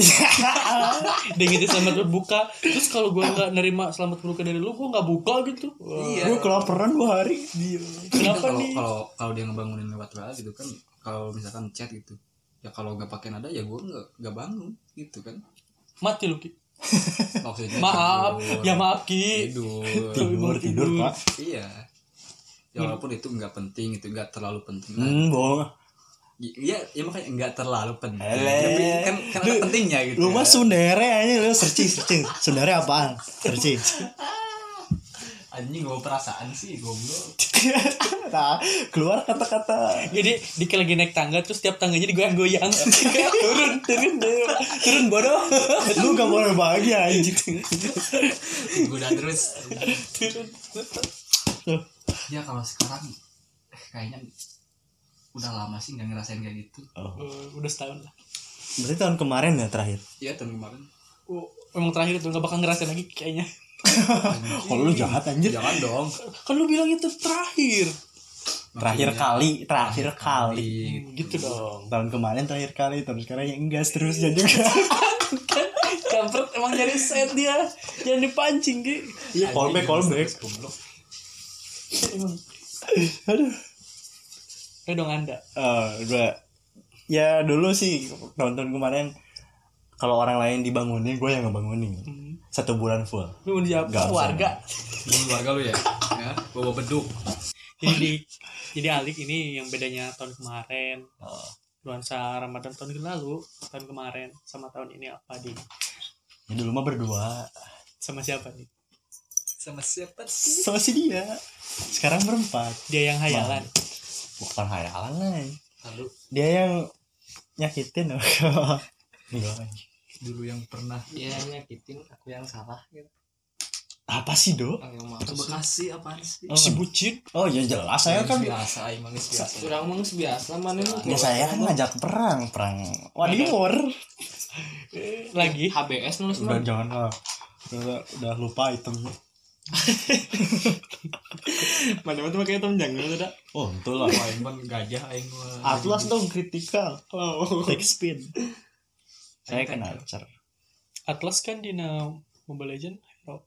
Speaker 2: Dia gitu selamat berbuka. Terus kalau gua nggak nerima selamat berbuka dari lu, gua nggak buka gitu.
Speaker 3: Iya.
Speaker 1: Gue kelaparan dua hari.
Speaker 3: Itu
Speaker 2: Kenapa
Speaker 3: Gitu, kalau
Speaker 2: nih?
Speaker 3: kalau kalau dia ngebangunin lewat WA gitu kan kalau misalkan chat gitu ya kalau nggak pakai nada ya gue nggak nggak bangun gitu kan
Speaker 2: Mati lu, Ki.
Speaker 3: maksudnya
Speaker 2: Maaf.
Speaker 3: tidur,
Speaker 2: Ya maaf, Ki.
Speaker 3: tidur
Speaker 2: <laughs>
Speaker 1: Tidur tidur pak.
Speaker 3: iya
Speaker 2: Iya.
Speaker 3: ya walaupun itu nggak penting itu nggak terlalu penting lah.
Speaker 1: Hmm bohong.
Speaker 2: Hmm.
Speaker 3: Y- iya ya makanya nggak terlalu penting
Speaker 1: Ele.
Speaker 3: tapi kan kan ada
Speaker 1: Lu-
Speaker 3: pentingnya gitu
Speaker 1: Lu
Speaker 3: ya.
Speaker 1: mah sundere aja lu searching searching. Sundere apaan? Searching.
Speaker 3: anjing gue perasaan sih goblok
Speaker 1: <laughs> nah, keluar kata-kata
Speaker 2: Jadi Diki lagi naik tangga terus tiap tangganya digoyang-goyang. turun, turun, turun, turun bodoh.
Speaker 1: lu gak boleh bahagia anjing
Speaker 3: gue udah terus
Speaker 2: Turun.
Speaker 3: ya kalau sekarang eh, kayaknya udah lama sih nggak ngerasain kayak gitu
Speaker 1: oh.
Speaker 2: Eh, udah setahun lah.
Speaker 1: berarti tahun kemarin ya terakhir
Speaker 3: iya tahun kemarin
Speaker 2: Oh, emang terakhir tuh nggak bakal ngerasain lagi kayaknya.
Speaker 3: Anjing.
Speaker 1: <laughs> kalau lu jahat anjir
Speaker 3: jangan dong
Speaker 2: Kan lu bilang itu terakhir.
Speaker 1: terakhir kali terakhir kali
Speaker 2: Gitu dong.
Speaker 1: tahun kemarin terakhir kali tahun sekarang ya enggak seterusnya juga
Speaker 2: Kan <laughs> kampret emang nyari set dia. Jangan dipancing, Ki.
Speaker 1: <laughs> iya callback callback
Speaker 3: Goblok.
Speaker 2: Emang.
Speaker 1: aduh
Speaker 2: Ayo dong Anda.
Speaker 1: Eh, gua ya dulu sih tahun-tahun kemarin kalau orang lain dibangunin gue yang ngebangunin
Speaker 2: Hmm.
Speaker 1: satu bulan full
Speaker 2: Lu mau dijawab
Speaker 1: Nggak,
Speaker 2: warga.
Speaker 3: Lu keluarga lu ya ya bawa beduk
Speaker 2: Jadi jadi Alik ini yang bedanya tahun kemarin
Speaker 1: Oh.
Speaker 2: nuansa Ramadan tahun lalu, tahun kemarin sama tahun ini apa di
Speaker 1: ya dulu mah berdua
Speaker 2: sama siapa nih?
Speaker 3: sama siapa sih
Speaker 1: sama si dia sekarang berempat
Speaker 2: Dia yang hayalan.
Speaker 1: bukan hayalan lah
Speaker 3: lalu
Speaker 1: dia yang nyakitin <laughs> Enggak.
Speaker 3: dulu yang pernah ya nyakitin aku yang salah gitu
Speaker 1: apa sih do
Speaker 3: yang maaf bekasi apaan sih
Speaker 1: Oh,
Speaker 2: Si bucin.
Speaker 1: oh ya jelas saya kan
Speaker 3: biasa aing manis biasa
Speaker 4: Kurang mah geus biasa mana
Speaker 1: ya saya kan ngajak perang perang wadimor
Speaker 2: Eh, lagi
Speaker 4: HBS nulis
Speaker 1: udah jangan lah udah, udah lupa itemnya
Speaker 4: Mana mah pakai hitam jangan udah.
Speaker 1: oh itu lah
Speaker 3: aing mah gajah aing mah
Speaker 1: atlas dong kritikal take spin Oh. saya kan archer
Speaker 2: Atlas kan di na- Mobile Legend hero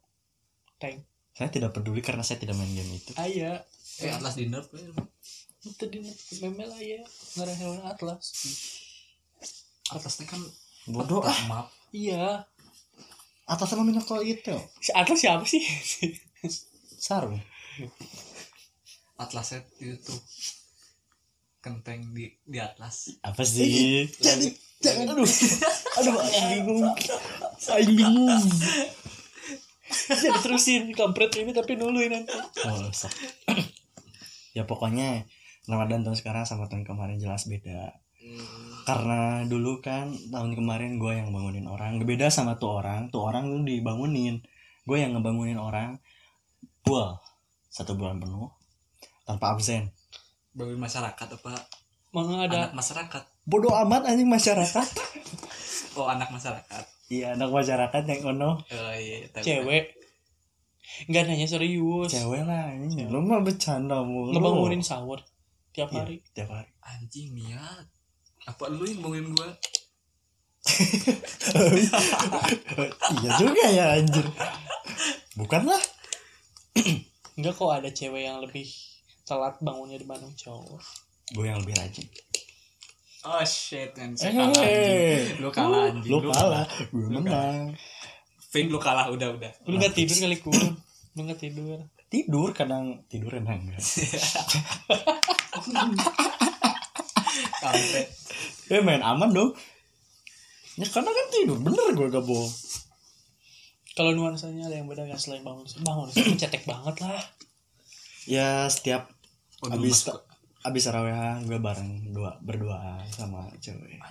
Speaker 2: tank.
Speaker 1: saya tidak peduli karena saya tidak main game itu
Speaker 2: Aya
Speaker 3: eh atlas di nerf ya.
Speaker 2: itu di memel aya ngarang hero Atlas.
Speaker 3: atlasnya kan
Speaker 1: bodoh ah
Speaker 3: map
Speaker 2: Iya.
Speaker 1: atlas sama minako itu
Speaker 2: Si Atlas siapa sih? <laughs>
Speaker 1: sarung
Speaker 3: atlasnya itu tuh kenteng di di atlas
Speaker 1: apa sih jadi jangan aduh <laughs> aduh aing bingung aing bingung
Speaker 2: Jadi terusin kampret ini tapi nului nanti.
Speaker 1: Oh, <clears throat> rusak. ya pokoknya Ramadan tahun sekarang sama tahun kemarin jelas beda. karena dulu kan tahun kemarin gue yang bangunin orang beda sama tuh orang tuh orang tuh dibangunin gue yang ngebangunin orang gue satu bulan penuh tanpa absen
Speaker 3: Bangun masyarakat apa
Speaker 2: Mau ada
Speaker 3: anak masyarakat
Speaker 1: bodoh amat anjing masyarakat <laughs>
Speaker 3: oh anak masyarakat
Speaker 1: iya anak masyarakat yang ono
Speaker 3: oh iya tahu.
Speaker 2: cewek nggak nanya serius
Speaker 1: cewek lah anjing lu mah bercanda mulu
Speaker 2: ngebangunin sahur tiap
Speaker 1: Iya,
Speaker 2: hari
Speaker 1: tiap hari <laughs>
Speaker 3: anjing niat apa lu yang bangunin gua
Speaker 1: iya juga ya anjir bukan lah
Speaker 2: nggak kok ada cewek yang lebih telat bangunnya dibanding cowok
Speaker 1: gue yang lebih rajin
Speaker 3: oh shit man
Speaker 1: Eh.
Speaker 3: kalah anjing lu kalah anjing
Speaker 1: lu kalah gue menang
Speaker 3: fake lu kalah udah udah
Speaker 2: lu nggak tidur kali kurun lu nggak tidur
Speaker 1: tidur kadang tidur enak enggak
Speaker 3: sampai
Speaker 1: ya main aman dong ya karena kan tidur bener gue gak bohong
Speaker 2: kalau nuansanya ada yang beda nggak selain bangun bangun sih cetek banget lah
Speaker 1: ya setiap
Speaker 3: Waduh,
Speaker 1: abis
Speaker 3: mas-
Speaker 1: abis rawehan gue bareng dua berduaan sama cewek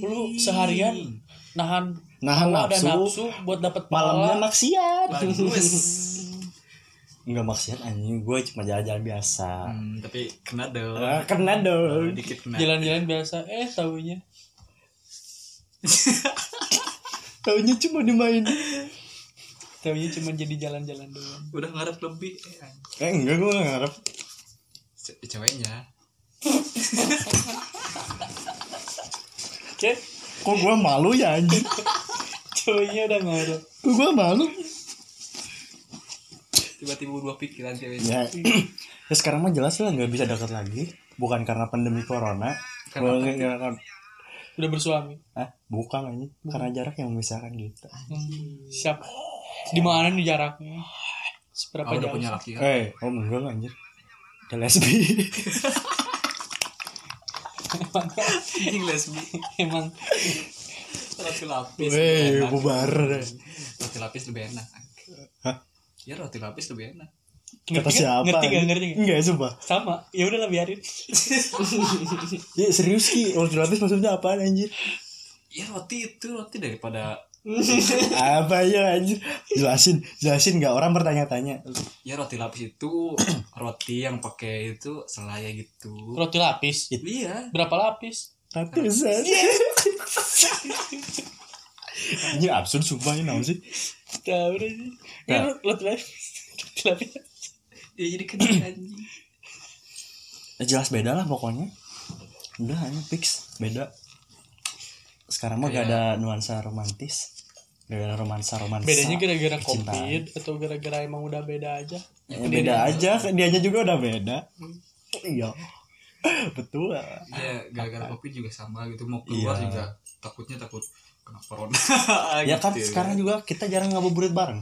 Speaker 2: lu seharian nahan
Speaker 1: nahan
Speaker 2: hawa dan
Speaker 1: nafsu
Speaker 2: nafsu buat dapat
Speaker 1: malamnya
Speaker 2: malamnya
Speaker 1: maksiat
Speaker 3: bagus
Speaker 1: <laughs> nggak maksiat anjing gue cuma jalan-jalan biasa
Speaker 3: Hmm, tapi kena dong
Speaker 1: Ah, kena
Speaker 3: Oh,
Speaker 1: dong
Speaker 3: dikit kena
Speaker 2: jalan-jalan biasa eh tahunya
Speaker 1: taunya cuma dimain
Speaker 2: tahunya cuma jadi jalan-jalan doang
Speaker 3: udah ngarep lebih eh, anjing.
Speaker 1: eh enggak gue nggak ngarep
Speaker 3: Ce- ceweknya
Speaker 2: oke
Speaker 1: kok gue malu ya anjing
Speaker 2: cowoknya udah ngaruh
Speaker 1: kok gue malu
Speaker 3: tiba-tiba berubah pikiran
Speaker 1: ya,
Speaker 3: ceweknya
Speaker 1: <clears throat> ya sekarang mah jelas lah nggak bisa deket lagi bukan karena pandemi corona
Speaker 3: Karena
Speaker 1: bukan karena
Speaker 2: udah bersuami
Speaker 1: ah bukan ini karena jarak yang memisahkan kita
Speaker 2: Hmm, siap di mana nih jaraknya seberapa
Speaker 3: Oh, udah
Speaker 2: jauh
Speaker 3: punya laki kan?
Speaker 1: eh oh enggak enggak, anjir udah lesbi
Speaker 3: <laughs> Anjing lesbi.
Speaker 2: <laughs> emang
Speaker 3: Roti
Speaker 2: Iya,
Speaker 1: <laughs>
Speaker 3: lapis.
Speaker 1: weh
Speaker 3: lebih enak.
Speaker 1: Eh, bubar
Speaker 3: Roti lapis lebih enak.
Speaker 1: Hah?
Speaker 3: Ya roti lapis lebih enak.
Speaker 1: kata
Speaker 2: nggak?
Speaker 1: siapa
Speaker 2: ngerti gak
Speaker 1: anjing?
Speaker 2: ngerti gak?
Speaker 1: enggak sumpah
Speaker 2: sama ya udahlah biarin
Speaker 1: ya serius ki roti lapis maksudnya apaan
Speaker 2: <laughs>
Speaker 1: anjir
Speaker 3: Ya roti itu roti daripada
Speaker 1: apa ya anjir jelasin jelasin nggak orang bertanya-tanya
Speaker 3: ya roti lapis itu <clears throat> roti yang pakai itu selai gitu.
Speaker 2: roti lapis
Speaker 3: Iya.
Speaker 2: berapa lapis
Speaker 1: lapisan anjir absurd sumpah <laughs> ini naon sih
Speaker 2: tahu udah sih
Speaker 1: Nah.
Speaker 2: ya roti lapis <laughs> roti lapis
Speaker 3: Ya jadi
Speaker 1: <clears throat>
Speaker 3: kena anjing.
Speaker 1: Ya, jelas beda lah pokoknya udah hanya fix beda sekarang mah gak ada nuansa romantis gak ada romansa romansa
Speaker 2: Iya. bedanya gara-gara Iya,
Speaker 1: Cinta.
Speaker 2: covid atau gara-gara emang udah beda aja
Speaker 1: Ya, beda aja dianya juga udah beda
Speaker 2: Hmm.
Speaker 1: iya <laughs> betul lah.
Speaker 3: Ya gara-gara covid juga sama gitu mau keluar
Speaker 1: Iya.
Speaker 3: juga takutnya takut kena corona. <laughs>
Speaker 1: ya
Speaker 2: Iya,
Speaker 1: kan
Speaker 3: Gitu.
Speaker 1: sekarang juga kita jarang ngabuburit bareng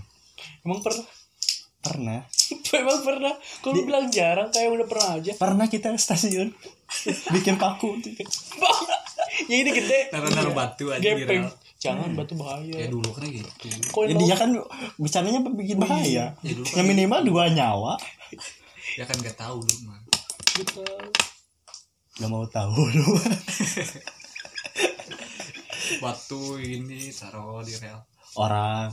Speaker 2: emang pernah <laughs>
Speaker 1: pernah
Speaker 2: emang pernah kok lu bilang jarang kayak udah pernah aja <laughs>
Speaker 1: pernah kita ke stasiun bikin paku
Speaker 2: ya ini gede
Speaker 3: Naruh-naruh batu anjing.
Speaker 2: gepeng
Speaker 3: viral.
Speaker 2: jangan batu
Speaker 3: Ya
Speaker 2: bahaya
Speaker 3: dulu kan gitu.
Speaker 2: kok
Speaker 1: ya,
Speaker 2: emang-
Speaker 1: dia kan bercandanya bikin bahaya
Speaker 3: Ya dulu
Speaker 1: yang
Speaker 3: kan,
Speaker 1: minimal dua nyawa
Speaker 3: ya kan gak tahu dulu mah.
Speaker 2: gitu.
Speaker 1: gak mau tahu lu <laughs>
Speaker 3: batu ini taruh di rel
Speaker 1: orang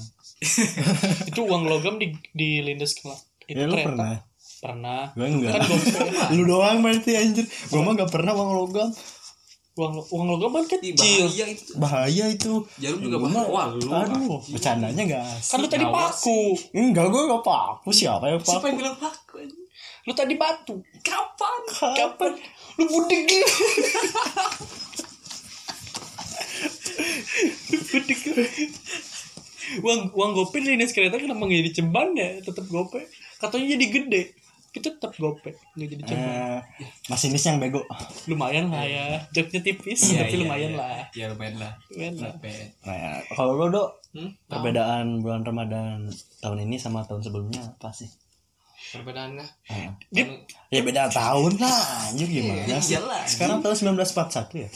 Speaker 2: itu uang logam di di lindes ke itu
Speaker 1: ya lu
Speaker 2: kereta
Speaker 1: pernah
Speaker 2: pernah
Speaker 1: gue enggak
Speaker 2: kan gopay
Speaker 1: lu doang berarti anjir gue mah gak pernah uang logam
Speaker 2: uang lo- uang logam kan
Speaker 3: Ih,
Speaker 2: kecil
Speaker 3: bahaya itu
Speaker 1: bahaya itu
Speaker 3: jarum juga
Speaker 1: Gua
Speaker 3: bahaya
Speaker 1: mah-
Speaker 3: wah lu
Speaker 1: aduh bercandanya gak
Speaker 2: kan
Speaker 1: asik
Speaker 2: lu tadi
Speaker 3: Nyawa
Speaker 2: paku
Speaker 1: enggak gue gak paku siapa yang
Speaker 3: siapa
Speaker 1: paku
Speaker 3: yang bilang paku anjing?
Speaker 2: lu tadi batu
Speaker 3: kapan
Speaker 2: kapan lu budek
Speaker 3: <laughs>
Speaker 2: gitu Lu budek uang uang gopay di dinas kereta kenapa nggak jadi ceban ya tetap gopay katanya jadi gede kita tetap gopay nggak jadi ceban
Speaker 1: Eh, masinis yang bego
Speaker 2: lumayan lah ya joknya tipis
Speaker 3: Iya,
Speaker 2: tapi
Speaker 3: iya,
Speaker 2: lumayan
Speaker 3: iya.
Speaker 2: lah
Speaker 3: ya lumayan lah
Speaker 2: lumayan lah
Speaker 3: Sampai-
Speaker 1: nah, kalau lu dok
Speaker 4: Hmm?
Speaker 1: perbedaan bulan ramadan tahun ini sama tahun sebelumnya apa sih
Speaker 4: Perbedaannya.
Speaker 1: Eh,
Speaker 3: Kan
Speaker 2: Dia-
Speaker 1: ya beda tahun lah anjir
Speaker 2: Ya,
Speaker 1: gimana sih
Speaker 3: Iyalah, anjing.
Speaker 1: sekarang tahun 1941 ya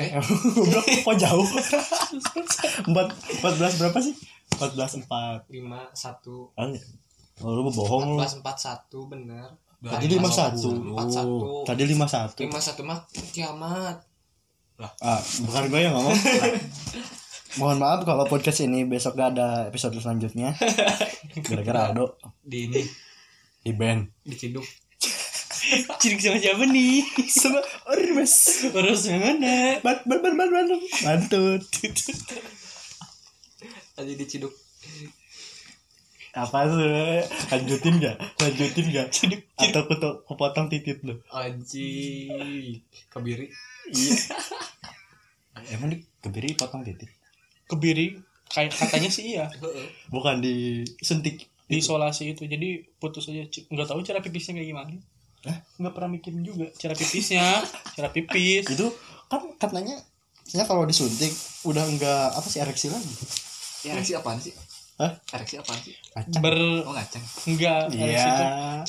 Speaker 1: eh <laughs> goblok kok
Speaker 4: <laughs>
Speaker 1: jauh empat empat belas berapa sih empat belas empat
Speaker 4: lima satu
Speaker 1: Oh, lu bohong lu.
Speaker 4: plus empat satu bener.
Speaker 3: Udah,
Speaker 1: Tadi
Speaker 3: lima
Speaker 1: 51.
Speaker 4: Empat satu.
Speaker 1: Tadi 51.
Speaker 4: Lima satu mah kiamat.
Speaker 1: Ah, bukan gue yang
Speaker 4: <laughs>
Speaker 1: ngomong. Mohon maaf kalau podcast ini besok gak ada episode
Speaker 4: <laughs>
Speaker 1: selanjutnya. Gara-gara Aldo
Speaker 3: di ini
Speaker 1: di band.
Speaker 3: diciduk
Speaker 2: Cirik sama siapa nih? ya kan?
Speaker 1: Sama Ormas.
Speaker 2: Terus yang mana?
Speaker 1: Bat bat bat bat bat. Mantut. <laughs>
Speaker 3: aja diciduk
Speaker 1: Apa tuh? Lanjutin gak? Lanjutin gak? Atau aku tuh kepotong titit lu.
Speaker 3: anjing kebiri
Speaker 1: Emang di kebiri potong titit?
Speaker 2: Kebiri kayak katanya sih iya
Speaker 1: Bukan disuntik.
Speaker 2: diisolasi itu jadi putus aja C- nggak tahu cara pipisnya kayak gimana
Speaker 1: Hah?
Speaker 2: nggak pernah mikirin juga cara pipisnya cara pipis
Speaker 1: Itu kan katanya saya kalau disuntik udah enggak apa sih ereksi lagi.
Speaker 3: ya ereksi apaan sih
Speaker 1: Hah?
Speaker 3: ereksi apaan sih
Speaker 1: Kacang.
Speaker 2: ber
Speaker 3: oh ngaceng
Speaker 2: nggak harus itu.
Speaker 1: Iya.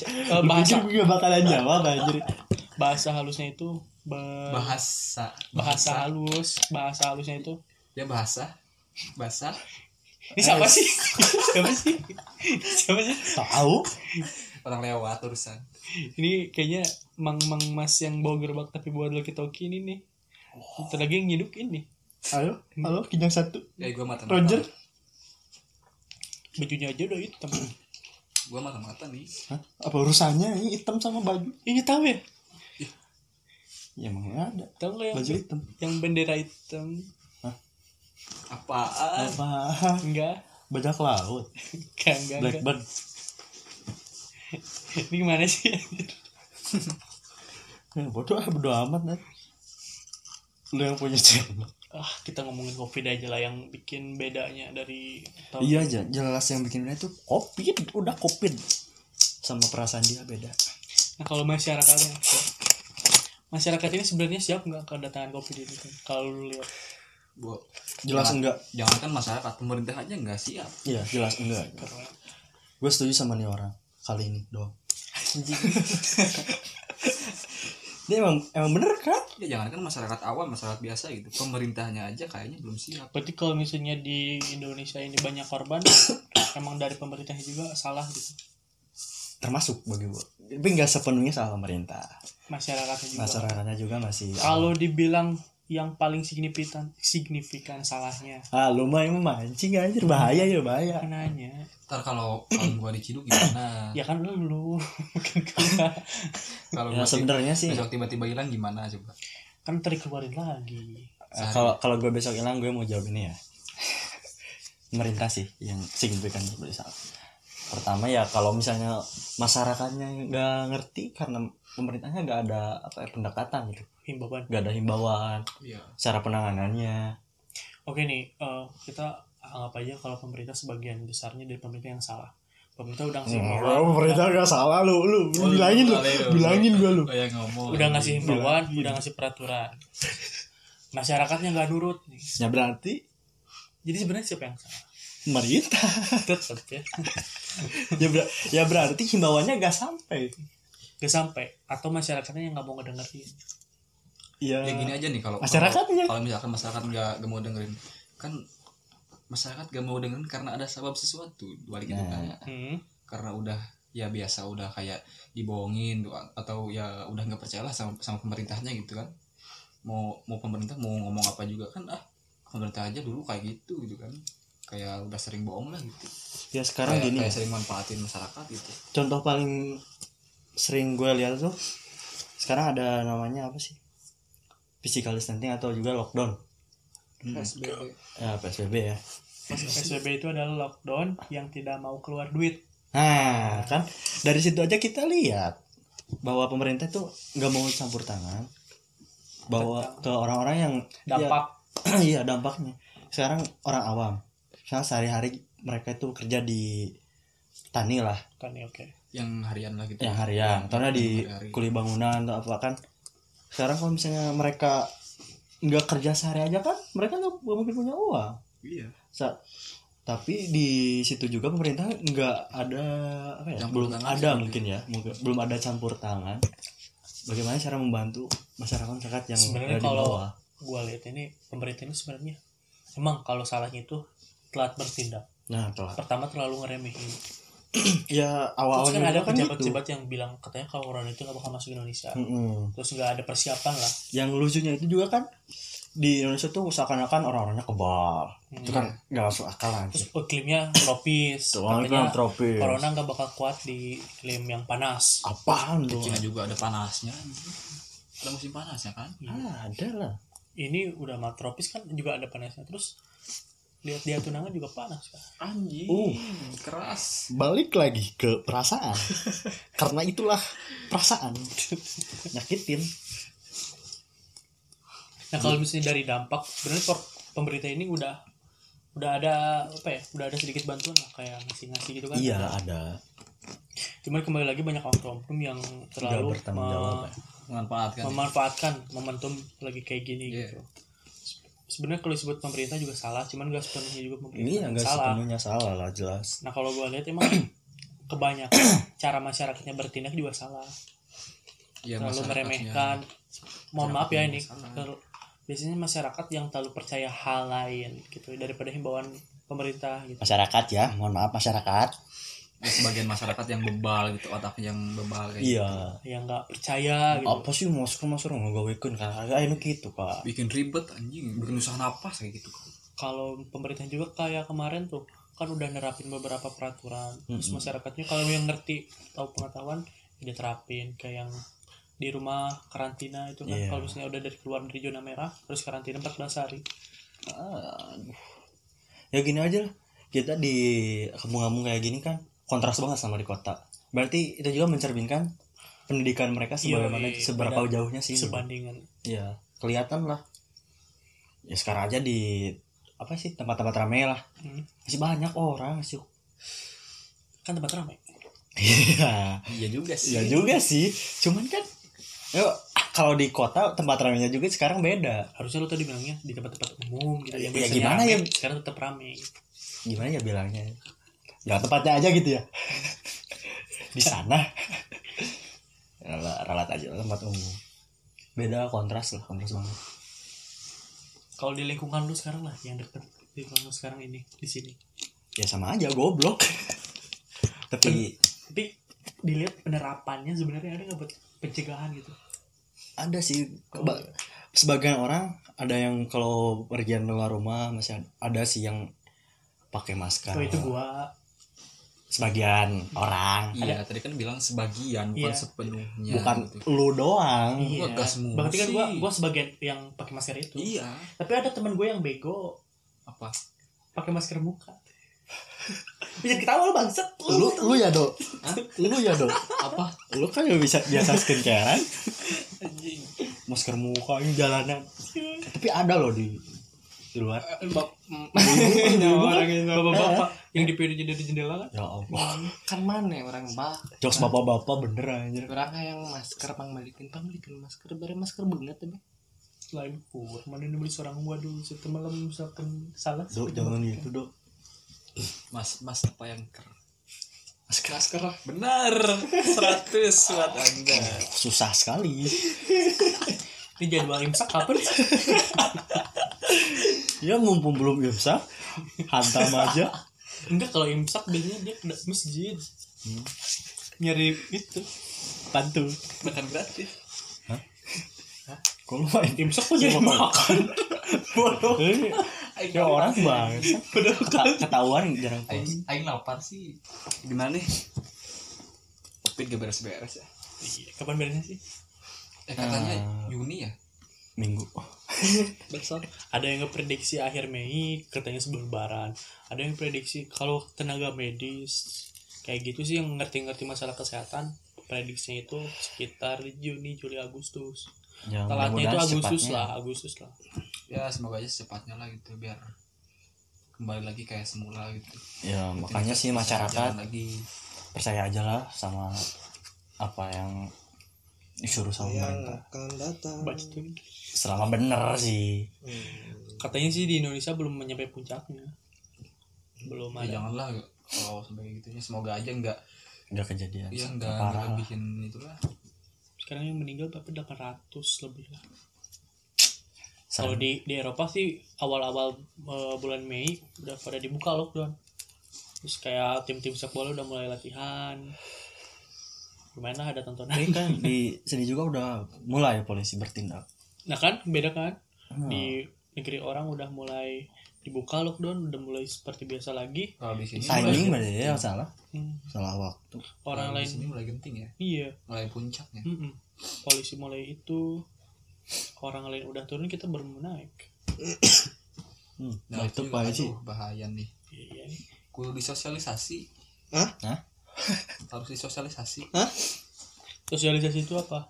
Speaker 2: C- eh,
Speaker 1: Lu
Speaker 2: bahasa
Speaker 1: pikir gue gak bakalan jawab anjir.
Speaker 2: bahasa halusnya itu ba-
Speaker 3: bahasa
Speaker 2: bahasa halus bahasa halusnya itu
Speaker 3: ya bahasa bahasa
Speaker 2: ini siapa sih <laughs> siapa sih siapa sih
Speaker 1: Tahu?
Speaker 3: orang lewat urusan
Speaker 2: ini kayaknya mang mang mas yang bawa gerobak tapi buat laki toki ini nih Bentar lagi yang nyiduk ini
Speaker 1: Halo, halo, kijang satu.
Speaker 3: ya gue mata
Speaker 1: Roger.
Speaker 2: bajunya aja udah hitam
Speaker 3: gue mata mata nih
Speaker 1: Hah? Apa urusannya ini hitam sama baju?
Speaker 2: ini tahu ya
Speaker 1: Ya emang ada.
Speaker 2: tahu nggak yang
Speaker 1: Baju hitam.
Speaker 2: yang bendera hitam
Speaker 3: apaan
Speaker 1: Apa?
Speaker 2: enggak
Speaker 1: Bajak laut.
Speaker 2: Enggak, enggak, enggak.
Speaker 1: Blackbird.
Speaker 2: Ini gimana sih?
Speaker 1: Ya, bodoh ah, bodoh amat. Eh. Lu yang punya siapa?
Speaker 2: ah, kita ngomongin covid aja lah yang bikin bedanya dari tahun
Speaker 1: Iya aja, jelas yang bikin beda itu covid, udah covid. Sama perasaan dia beda.
Speaker 2: Nah, kalau masyarakatnya masyarakat ini sebenarnya siap nggak kedatangan covid ini? Kalau lu lihat
Speaker 3: Bu,
Speaker 1: Jelas
Speaker 3: Jangan.
Speaker 1: enggak?
Speaker 3: jangan kan masyarakat pemerintah aja nggak siap
Speaker 1: Iya, jelas enggak.
Speaker 2: Corona.
Speaker 1: Gue setuju sama nih orang kali ini doang. <laughs> Dia emang emang bener kan?
Speaker 3: ya jangan kan masyarakat awam masyarakat biasa gitu pemerintahnya aja kayaknya belum siap
Speaker 2: Berarti kalau misalnya di Indonesia ini banyak korban, <coughs> emang dari pemerintah juga salah gitu.
Speaker 1: Termasuk bagi gue. Tapi nggak sepenuhnya salah pemerintah.
Speaker 2: Masyarakatnya
Speaker 1: Iya.
Speaker 2: juga.
Speaker 1: Masyarakatnya juga masih.
Speaker 2: Kalau dibilang yang paling signifikan signifikan salahnya
Speaker 1: Ah, lu mah emang mancing anjir bahaya ya bahaya.
Speaker 2: kenanya
Speaker 3: ntar
Speaker 1: <clears throat>
Speaker 3: kalau kalau gue diciduk gimana
Speaker 2: ya kan lu <laughs> bukan gua.
Speaker 3: kalau
Speaker 1: Ya
Speaker 3: gua sih
Speaker 1: sebenarnya sih
Speaker 3: besok tiba-tiba hilang gimana coba
Speaker 2: kan ntar dikeluarin lagi
Speaker 1: eh, kalau kalau gue besok hilang gue mau jawab ini ya. <laughs> Pemerintah sih yang signifikan sebagai salah. Pertama ya kalau misalnya masyarakatnya nggak ngerti karena pemerintahnya nggak ada apa ya, pendekatan gitu,
Speaker 2: himbauan
Speaker 1: nggak ada himbauan
Speaker 3: iya
Speaker 1: cara penanganannya.
Speaker 2: Oke nih, eh, kita anggap aja kalau pemerintah sebagian besarnya dari pemerintah yang salah. Pemerintah udah ngasih himbauan,
Speaker 1: Iya, pemerintah nggak salah lu, Oh, lu, bilangin lu, bilangin gue lu.
Speaker 3: oh, ya ngomong
Speaker 2: udah ngasih himbauan, udah ngasih peraturan. Masyarakatnya nggak nurut nih.
Speaker 1: Ya berarti
Speaker 2: Jadi sebenarnya siapa yang salah?
Speaker 1: pemerintah. <laughs>
Speaker 2: Tetep ya.
Speaker 1: ya, ber- ya berarti himbauannya nggak sampai.
Speaker 2: Gak sampai atau masyarakatnya yang nggak mau ngedengerin.
Speaker 1: Iya.
Speaker 3: ya gini aja nih kalau
Speaker 1: Masyarakatnya.
Speaker 3: kalau- kalau misalkan masyarakat nggak nggak mau dengerin kan masyarakat gak mau dengerin karena ada sebab sesuatu balik itu
Speaker 1: Nah.
Speaker 3: kan
Speaker 2: Hmm.
Speaker 3: karena udah ya biasa udah kayak dibohongin tuh, atau ya udah nggak percaya lah sama sama pemerintahnya gitu kan mau mau pemerintah mau ngomong apa juga kan ah pemerintah aja dulu kayak gitu gitu kan kayak udah sering bohong lah gitu
Speaker 1: Ya sekarang
Speaker 3: kayak,
Speaker 1: gini.
Speaker 3: kayak sering manfaatin masyarakat gitu
Speaker 1: Contoh paling sering gue lihat tuh sekarang ada namanya apa sih? Physical distancing atau juga lockdown. Hmm.
Speaker 3: PSBB.
Speaker 1: Ya, PSBB ya.
Speaker 2: PSBB itu adalah lockdown yang tidak mau keluar duit.
Speaker 1: Nah, kan dari situ aja kita lihat bahwa pemerintah tuh nggak mau campur tangan bahwa ke orang-orang yang ya,
Speaker 2: Dampak
Speaker 1: <clears throat> iya dampaknya sekarang orang awam sekarang sehari-hari mereka itu kerja di tani lah
Speaker 2: kan ya oke.
Speaker 3: yang harian lah gitu
Speaker 1: yang Ya, harian atau nggak di
Speaker 3: Hari-hari.
Speaker 1: kuli bangunan atau apa kan sekarang kalau misalnya mereka nggak kerja sehari aja kan mereka nggak nggak mungkin punya uang
Speaker 3: iya
Speaker 1: Sa- tapi di situ juga pemerintah nggak ada apa ya
Speaker 3: Campur
Speaker 1: belum
Speaker 3: tangan
Speaker 1: ada
Speaker 3: sih.
Speaker 1: mungkin ya mungkin belum ada campur tangan bagaimana cara membantu masyarakat masyarakat yang
Speaker 2: Sebenarnya
Speaker 1: ada di
Speaker 2: kalau-
Speaker 1: bawah
Speaker 2: Gua lihat ini pemerintah ini sebenarnya emang kalau salahnya itu telat bertindak.
Speaker 1: nah telat
Speaker 2: Pertama terlalu ngeremehin.
Speaker 1: ya awal
Speaker 2: Terus kan
Speaker 1: awalnya
Speaker 2: ada
Speaker 1: kan gitu Hmm.
Speaker 2: pejabat-pejabat yang bilang katanya kalau corona itu nggak bakal masuk Indonesia.
Speaker 1: Mm-mm.
Speaker 2: Terus nggak ada persiapan lah.
Speaker 1: yang lucunya itu juga kan di Indonesia tuh seakan-akan orang-orangnya kebal itu kan nggak masuk akal
Speaker 2: Hmm. terus
Speaker 1: anjir
Speaker 2: iklimnya tropis
Speaker 1: Tuh, orang itu
Speaker 2: katanya
Speaker 1: kan tropis
Speaker 2: corona nggak bakal kuat di iklim yang panas
Speaker 1: apaan
Speaker 3: Di
Speaker 1: tuh
Speaker 3: Cina juga ada panasnya ada musim panas ya kan
Speaker 1: Ah, ada lah
Speaker 2: ini udah mah tropis kan juga ada panasnya terus lihat dia tunangan juga panas kan
Speaker 3: anjing
Speaker 1: Uh.
Speaker 3: keras
Speaker 1: balik lagi ke <laughs> perasaan karena itulah perasaan nyakitin
Speaker 2: nah kalau
Speaker 1: Iya.
Speaker 2: misalnya dari dampak sebenarnya per- pemerintah ini udah udah ada apa ya udah ada sedikit bantuan lah kayak ngasih ngasih gitu kan
Speaker 1: iya ada
Speaker 2: cuman kembali lagi banyak orang oknum yang terlalu
Speaker 1: Nggak bertanggung jawab,
Speaker 2: me-
Speaker 1: ya.
Speaker 3: memanfaatkan
Speaker 2: memanfaatkan momentum lagi kayak gini
Speaker 3: Iya.
Speaker 2: gitu Se- sebenarnya kalau disebut pemerintah juga salah cuman gak sepenuhnya juga pemerintah
Speaker 1: ini yang Iya, nggak
Speaker 2: salah
Speaker 1: sepenuhnya salah lah jelas
Speaker 2: nah kalau gue lihat emang kebanyakan cara masyarakatnya bertindak juga salah
Speaker 3: ya,
Speaker 2: terlalu
Speaker 3: masyarakatnya.
Speaker 2: meremehkan mohon maaf ya ini
Speaker 3: Masyarakatnya
Speaker 2: ter- biasanya masyarakat yang terlalu percaya hal lain gitu daripada himbauan pemerintah gitu
Speaker 1: masyarakat ya mohon maaf masyarakat
Speaker 3: Ya, sebagian masyarakat yang bebal gitu otak yang bebal kayak gitu.
Speaker 1: iya
Speaker 2: yang nggak percaya gitu
Speaker 1: apa sih masuk masuk nggak gawekan kan kayak ini gitu kak
Speaker 3: bikin ribet anjing bikin susah napas kayak gitu kan
Speaker 2: kalau pemerintah juga kayak kemarin tuh kan udah nerapin beberapa peraturan terus
Speaker 1: Mm-mm.
Speaker 2: masyarakatnya kalau yang ngerti tahu pengetahuan udah terapin kayak yang di rumah karantina itu kan
Speaker 1: Iya.
Speaker 2: kalau misalnya udah dari keluar dari zona merah terus karantina 14 hari
Speaker 1: Aduh. ya gini aja lah kita di kampung-kampung kayak gini kan kontras banget sama di kota berarti itu juga mencerminkan pendidikan mereka sebagaimana
Speaker 2: Yoi,
Speaker 1: seberapa
Speaker 2: beda.
Speaker 1: jauhnya sih
Speaker 2: sebandingan
Speaker 1: ya kelihatan lah ya sekarang aja di apa sih tempat-tempat ramai lah
Speaker 2: Hmm.
Speaker 1: masih banyak orang sih
Speaker 2: kan tempat ramai
Speaker 1: <laughs> iya
Speaker 3: iya juga sih
Speaker 1: ya juga sih cuman kan ya, kalau di kota tempat ramainya juga sekarang beda
Speaker 2: harusnya lo tadi bilangnya di tempat-tempat umum gitu
Speaker 1: Ya,
Speaker 2: yang
Speaker 1: ya
Speaker 2: biasanya
Speaker 1: gimana
Speaker 2: rame,
Speaker 1: ya?
Speaker 2: sekarang tetap rame
Speaker 1: gimana ya bilangnya ya tempatnya aja gitu ya <laughs> di sana Rela- relat aja lah, tempat umum beda kontras lah kontras banget
Speaker 2: kalau di lingkungan lu sekarang lah yang deket lingkungan lu sekarang ini di sini
Speaker 1: ya sama aja goblok <laughs> tapi
Speaker 2: tapi dilihat penerapannya sebenarnya ada nggak buat pencegahan gitu
Speaker 1: ada sih keba- sebagian orang ada yang kalau pergian keluar rumah masih ada, ada sih yang pakai masker
Speaker 2: kalau Oh, itu gua
Speaker 1: sebagian orang
Speaker 3: iya tadi kan bilang sebagian
Speaker 2: Iya.
Speaker 3: bukan sepenuhnya
Speaker 1: bukan
Speaker 3: gitu.
Speaker 1: lu doang
Speaker 3: Gua
Speaker 2: Iya.
Speaker 3: gas mulu
Speaker 2: Berarti kan gua
Speaker 3: sih.
Speaker 2: gua sebagian yang pakai masker itu.
Speaker 3: iya
Speaker 2: Tapi ada teman gue yang bego
Speaker 3: apa
Speaker 2: pakai masker muka. <laughs> Bisa ketawa lu bangset
Speaker 1: lu
Speaker 2: lu. gitu.
Speaker 1: lu ya do
Speaker 3: Hah?
Speaker 1: lu ya do
Speaker 3: apa
Speaker 1: lu kan yang bisa biasa skincarean
Speaker 2: Anjing.
Speaker 1: masker muka ini jalanan tapi ada loh di di luar
Speaker 4: orang itu
Speaker 2: kan Bapak-bapak yang dipilih jadi di jendela kan.
Speaker 1: ya allah
Speaker 4: kan mana ya orang bah
Speaker 1: jokes bapak bapak bener anjir
Speaker 4: orang yang masker pang balikin pang balikin masker bare masker banget tapi
Speaker 2: Lain kur, mana ini beli seorang gua dulu setiap malam misalkan salah.
Speaker 1: do jangan gitu do
Speaker 3: mas mas apa yang keren
Speaker 4: masker masker lah
Speaker 3: benar 100 buat anda
Speaker 1: susah sekali
Speaker 2: Ini jadwal imsak kapan?
Speaker 1: ya mumpung belum imsak hantam aja
Speaker 2: <laughs> Enggak kalau imsak biasanya dia ke masjid. Hmm. Nyari itu
Speaker 1: bantu
Speaker 3: makan gratis
Speaker 1: kalau main
Speaker 2: imsak kok jadi makan. Bodoh.
Speaker 1: ya orang banget
Speaker 2: Bodoh Iya. kan.
Speaker 1: Keta- ketahuan jarang
Speaker 3: aing
Speaker 1: puas
Speaker 3: aing lapar sih gimana nih covid gak beres beres ya
Speaker 2: <laughs> Iya, Kapan beresnya sih?
Speaker 3: eh katanya
Speaker 1: Ah.
Speaker 3: Juni ya
Speaker 1: minggu
Speaker 2: Besok. Ada yang ngeprediksi akhir Mei, katanya sebelum Lebaran. Ada yang prediksi kalau tenaga medis kayak gitu sih yang ngerti-ngerti masalah kesehatan prediksinya itu sekitar Juni, Juli, Agustus.
Speaker 1: ya,
Speaker 2: Telatnya itu
Speaker 1: mudah-mudahan
Speaker 2: Agustus
Speaker 1: secepatnya.
Speaker 2: lah, Agustus lah.
Speaker 3: ya semoga aja secepatnya lah gitu biar kembali lagi kayak semula gitu
Speaker 1: ya makanya sih masyarakat
Speaker 3: Jalan lagi Ya,
Speaker 1: percaya aja lah sama apa yang disuruh sama
Speaker 2: Iya.
Speaker 1: pemerintah
Speaker 4: akan datang
Speaker 2: Baca tuh.
Speaker 1: selama bener sih
Speaker 2: Katanya sih di Indonesia belum menyampai puncaknya. Belum
Speaker 3: ya,
Speaker 2: ada.
Speaker 3: janganlah kalau sampai gitunya semoga aja nggak
Speaker 1: nggak kejadian
Speaker 3: ya
Speaker 1: sih.
Speaker 3: nggak nggak
Speaker 1: parah lah.
Speaker 3: bikin itulah
Speaker 2: Sekarang yang meninggal berapa? 800 lebih lah. Kalau
Speaker 1: Serem.
Speaker 2: di di Eropa sih awal-awal eh, bulan Mei udah pada dibuka lockdown. Terus kayak tim-tim sepak bola udah mulai latihan. Lumayan lah ada
Speaker 1: kan-
Speaker 2: tontonan.
Speaker 1: Tapi kan di sini juga udah mulai polisi bertindak
Speaker 2: Nah kan beda kan?
Speaker 1: Hmm.
Speaker 2: di negeri orang udah mulai dibuka lockdown udah mulai seperti biasa lagi
Speaker 3: Kalau di sini
Speaker 1: timing
Speaker 3: mulai-
Speaker 1: berarti ya salah
Speaker 2: Hmm,
Speaker 1: salah waktu
Speaker 3: kalau
Speaker 2: orang
Speaker 3: di
Speaker 2: lain
Speaker 3: sini mulai genting ya,
Speaker 2: iya
Speaker 3: mulai puncaknya.
Speaker 2: Mm-mm. polisi mulai itu orang lain udah turun kita baru mau naik
Speaker 1: hmm.
Speaker 3: Nah,
Speaker 1: itu
Speaker 3: juga,
Speaker 1: polisi
Speaker 3: aduh, bahaya nih.
Speaker 2: iya nih.
Speaker 3: Kudu disosialisasi.
Speaker 4: Hah?
Speaker 1: Hah?
Speaker 3: Harus disosialisasi.
Speaker 2: sosialisasi itu apa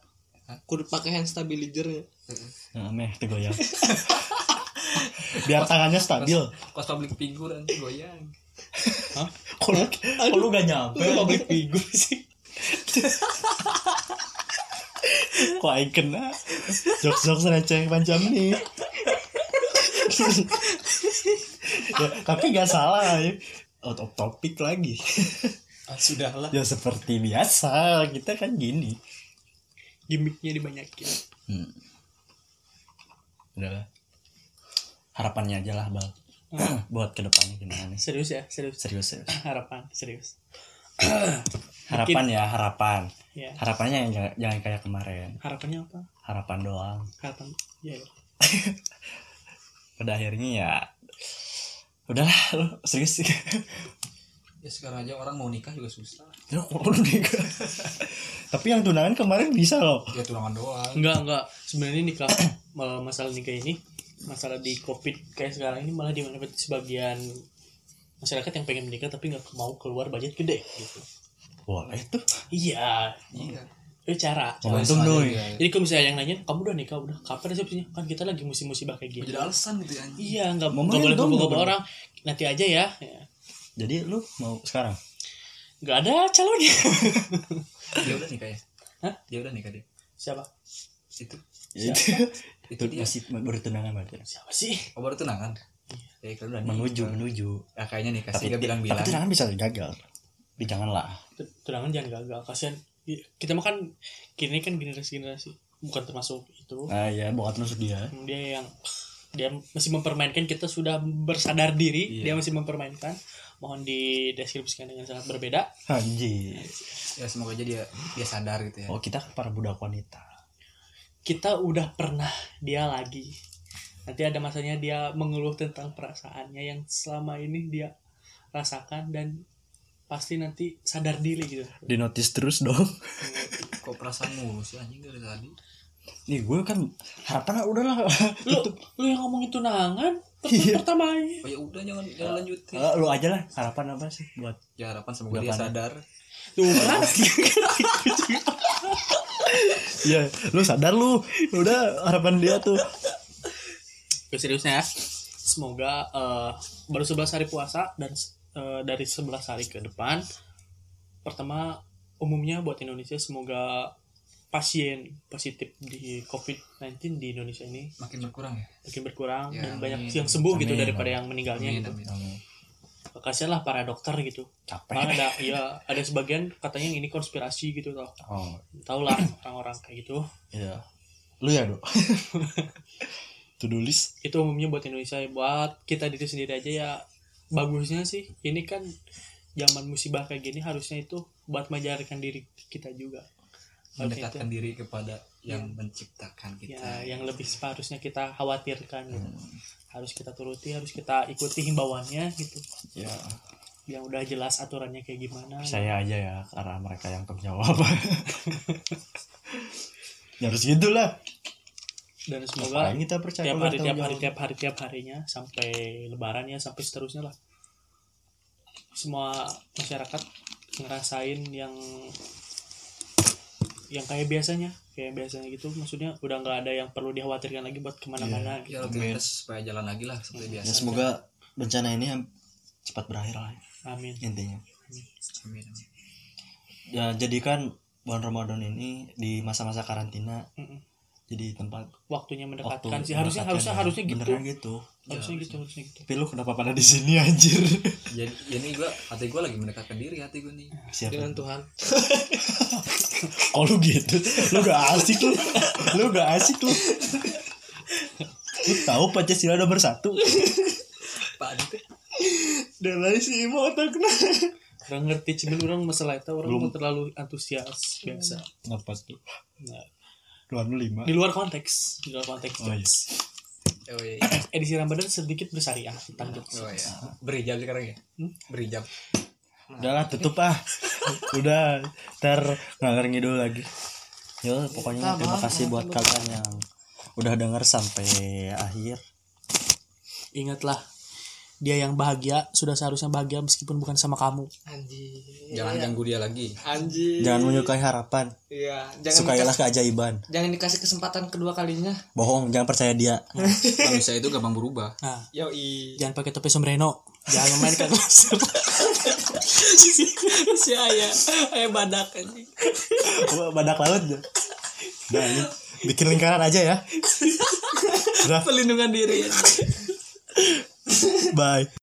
Speaker 4: kudu pakai hand stabilizer ya
Speaker 1: nah, aneh itu
Speaker 3: <laughs>
Speaker 1: goyang biar tangannya stabil
Speaker 3: Kos public figure nanti goyang.
Speaker 1: kalau kalau lu gak nyampe
Speaker 2: Itu public figure sih
Speaker 1: kok aing kena jok jok receh macam nih ya, tapi gak salah ya. out of topic lagi
Speaker 3: Ah, sudahlah.
Speaker 1: ya seperti biasa kita kan gini
Speaker 2: gimmicknya dibanyakin
Speaker 1: hmm. udahlah harapannya aja lah bal <clears throat> buat kedepannya gimana sih
Speaker 2: serius ya serius
Speaker 1: serius serius
Speaker 2: harapan serius
Speaker 1: harapan ya harapan
Speaker 2: ya
Speaker 1: harapannya yang jangan, jangan kayak kemarin
Speaker 2: harapannya apa
Speaker 1: harapan doang
Speaker 2: harapan ya
Speaker 1: pada akhirnya ya udahlah lu serius sih <laughs>
Speaker 3: Ya sekarang aja orang mau nikah juga susah.
Speaker 1: Ya, kok lu nikah? tapi yang tunangan kemarin bisa loh
Speaker 3: Ya tunangan doang.
Speaker 2: enggak enggak sebenarnya nikah malah masalah nikah ini masalah di covid kayak sekarang ini malah dimanfaatkan sebagian masyarakat yang pengen menikah tapi nggak mau keluar budget gede gitu
Speaker 1: boleh tuh
Speaker 2: iya
Speaker 3: Iya.
Speaker 2: itu cara
Speaker 1: Momentum
Speaker 3: Alasan
Speaker 1: doi.
Speaker 3: aja dia.
Speaker 2: jadi kalau misalnya yang nanya kamu udah nikah udah kapan resepsinya kan kita lagi musim-musibah kayak gini
Speaker 3: Jadi alasan gitu ya. anjing.
Speaker 2: iya nggak nggak
Speaker 1: Momentum,
Speaker 2: boleh gombal
Speaker 1: momentum.
Speaker 2: orang nanti aja ya Ya.
Speaker 1: jadi lu mau sekarang
Speaker 2: nggak ada calonnya <laughs>
Speaker 3: Dia udah nikah ya?
Speaker 2: Hah?
Speaker 3: Dia udah nikah dia.
Speaker 2: siapa
Speaker 3: Itu
Speaker 1: <laughs> itu
Speaker 3: Iya. itu dia.
Speaker 1: masih baru tunangan berarti
Speaker 2: siapa sih
Speaker 3: Oh baru tunangan. Ya kalau udah nikah.
Speaker 1: menuju menuju
Speaker 3: Ya, kayaknya nikah
Speaker 1: tapi
Speaker 3: sih nggak
Speaker 1: tapi
Speaker 3: bilang-bilang.
Speaker 1: tunangan bisa gagal tapi janganlah
Speaker 2: tunangan jangan gagal kasihan I- kita makan kini kan generasi generasi bukan termasuk itu
Speaker 1: ah ya buat nusuk dia
Speaker 2: dia yang dia masih mempermainkan kita sudah bersadar diri
Speaker 3: Iya.
Speaker 2: dia masih mempermainkan mohon dideskripsikan dengan sangat berbeda
Speaker 1: anjir
Speaker 3: Ya semoga aja dia dia sadar gitu ya.
Speaker 1: oh kita para budak wanita
Speaker 2: kita udah pernah dia lagi nanti ada masanya dia mengeluh tentang perasaannya yang selama ini dia rasakan dan pasti nanti sadar diri gitu
Speaker 1: di notice terus dong <laughs>
Speaker 3: Kok perasaan mulu sih anjing dari tadi?
Speaker 1: nih gue kan harapannya
Speaker 3: <laughs>
Speaker 1: udahlah Eh,
Speaker 2: lu lu yang ngomongin tunangan
Speaker 1: Iya.
Speaker 2: pertama
Speaker 3: Oh ya udah jangan jangan lanjutin.
Speaker 1: Eh, lu aja lah harapan apa sih buat
Speaker 3: Ya harapan semoga dia
Speaker 1: Harapan.
Speaker 3: sadar.
Speaker 2: tuh kan
Speaker 1: Iya, lu sadar lu. Udah harapan dia tuh.
Speaker 2: Oke, seriusnya ya semoga eh, baru 11 hari puasa dan eh, dari 11 hari ke depan pertama umumnya buat Indonesia semoga pasien positif di COVID-19 di Indonesia ini
Speaker 3: Makin berkurang ya.
Speaker 2: makin berkurang
Speaker 3: Ya,
Speaker 2: dan
Speaker 3: amin.
Speaker 2: banyak yang sembuh gitu
Speaker 1: Amin.
Speaker 2: daripada yang meninggalnya
Speaker 3: Amin,
Speaker 2: gitu.
Speaker 3: amin.
Speaker 2: Kasihan lah para dokter gitu.
Speaker 1: Capek.
Speaker 2: Malah ada ya ada sebagian katanya yang ini konspirasi gitu tau.
Speaker 1: Oh,
Speaker 2: Tau lah orang-orang kayak gitu.
Speaker 1: iya. Lu ya, <laughs> Dok. to do list.
Speaker 2: Itu umumnya buat Indonesia buat kita diri sendiri aja ya bagusnya sih ini kan zaman musibah kayak gini harusnya itu buat mengajarkan diri kita juga. Harusnya itu
Speaker 3: Mendekatkan diri kepada yang menciptakan kita.
Speaker 2: ya yang lebih seharusnya kita khawatirkan gitu. Harus kita turuti, harus kita ikuti himbauannya gitu.
Speaker 1: Ya,
Speaker 2: Yang udah jelas aturannya kayak gimana.
Speaker 1: saya aja ya ke arah mereka yang tanggung jawab. <laughs> ya harus gitulah.
Speaker 2: dan semoga
Speaker 1: Ngapain kita percaya
Speaker 2: tiap
Speaker 1: kalau
Speaker 2: hari tiap
Speaker 1: tanggung
Speaker 2: hari
Speaker 1: jawab?
Speaker 2: tiap hari tiap harinya sampai lebaran ya sampai seterusnya lah semua masyarakat ngerasain yang yang kayak biasanya kayak biasanya gitu maksudnya udah nggak ada yang perlu dikhawatirkan lagi buat kemana-mana
Speaker 3: Ya
Speaker 2: gitu.
Speaker 3: rutinitas supaya jalan lagi lah seperti biasa.
Speaker 1: Ya, semoga bencana ini cepat berakhir lah
Speaker 2: amin
Speaker 1: intinya.
Speaker 3: Amin, amin.
Speaker 1: Ya, jadikan bulan Ramadan ini di masa-masa karantina
Speaker 2: Mm-mm.
Speaker 1: jadi tempat
Speaker 2: waktunya
Speaker 1: waktu
Speaker 2: mendekatkan sih harusnya harusnya
Speaker 1: mendekatkan. ya.
Speaker 2: harusnya gitu
Speaker 1: Beneran gitu.
Speaker 2: harusnya
Speaker 3: Ya,
Speaker 2: gitu harusnya gitu
Speaker 1: Tapi lu kenapa pada di sini anjir?
Speaker 3: Jadi ya ini gua hati gua lagi mendekatkan diri hati gua nih.
Speaker 1: Siapa?
Speaker 4: dengan Tuhan
Speaker 1: <laughs> Oh lu gitu, lu gak asik lu, lu gak asik lu. Lu tahu Pancasila udah bersatu.
Speaker 3: Pak Adit ya?
Speaker 4: dan lain si ibu otak
Speaker 2: orang ngerti cuman orang masalah itu orang
Speaker 1: Belum.
Speaker 2: terlalu antusias biasa
Speaker 1: Kenapa tuh?
Speaker 2: Nah,
Speaker 1: Dua lu anu lima.
Speaker 2: di luar konteks di luar konteks
Speaker 1: Oh, iya.
Speaker 2: jokes.
Speaker 3: oh iya
Speaker 2: Edisi Ramadan sedikit bersyariah
Speaker 4: Nah.
Speaker 2: tentang jokes.
Speaker 3: oh iya beri jam sekarang ya
Speaker 2: Hmm?
Speaker 3: beri jam
Speaker 1: Udahlah tutup ah. Udah, ntar ngalor ngidul lagi. Yo, pokoknya terima kasih
Speaker 4: ya,
Speaker 1: buat kalian yang udah denger sampai akhir.
Speaker 2: Ingatlah dia yang bahagia sudah seharusnya bahagia meskipun bukan sama kamu.
Speaker 4: Anjir.
Speaker 3: jangan ganggu dia lagi
Speaker 4: Anjir.
Speaker 1: Jangan menyukai harapan,
Speaker 4: Iya, jangan
Speaker 1: sukailah keajaiban.
Speaker 4: jangan dikasih kesempatan kedua kalinya.
Speaker 1: Bohong, jangan percaya dia.
Speaker 3: manusia itu gampang berubah
Speaker 2: Nah,
Speaker 4: Yoi.
Speaker 2: jangan pakai topi sombrero. Jangan memainkan
Speaker 4: <laughs>
Speaker 2: laser. si, si ayah, ayah badak anjing.
Speaker 1: Gua Badak laut. Dah, Dah, ini bikin lingkaran aja ya. Udah,
Speaker 2: Pelindungan diri.
Speaker 1: bye.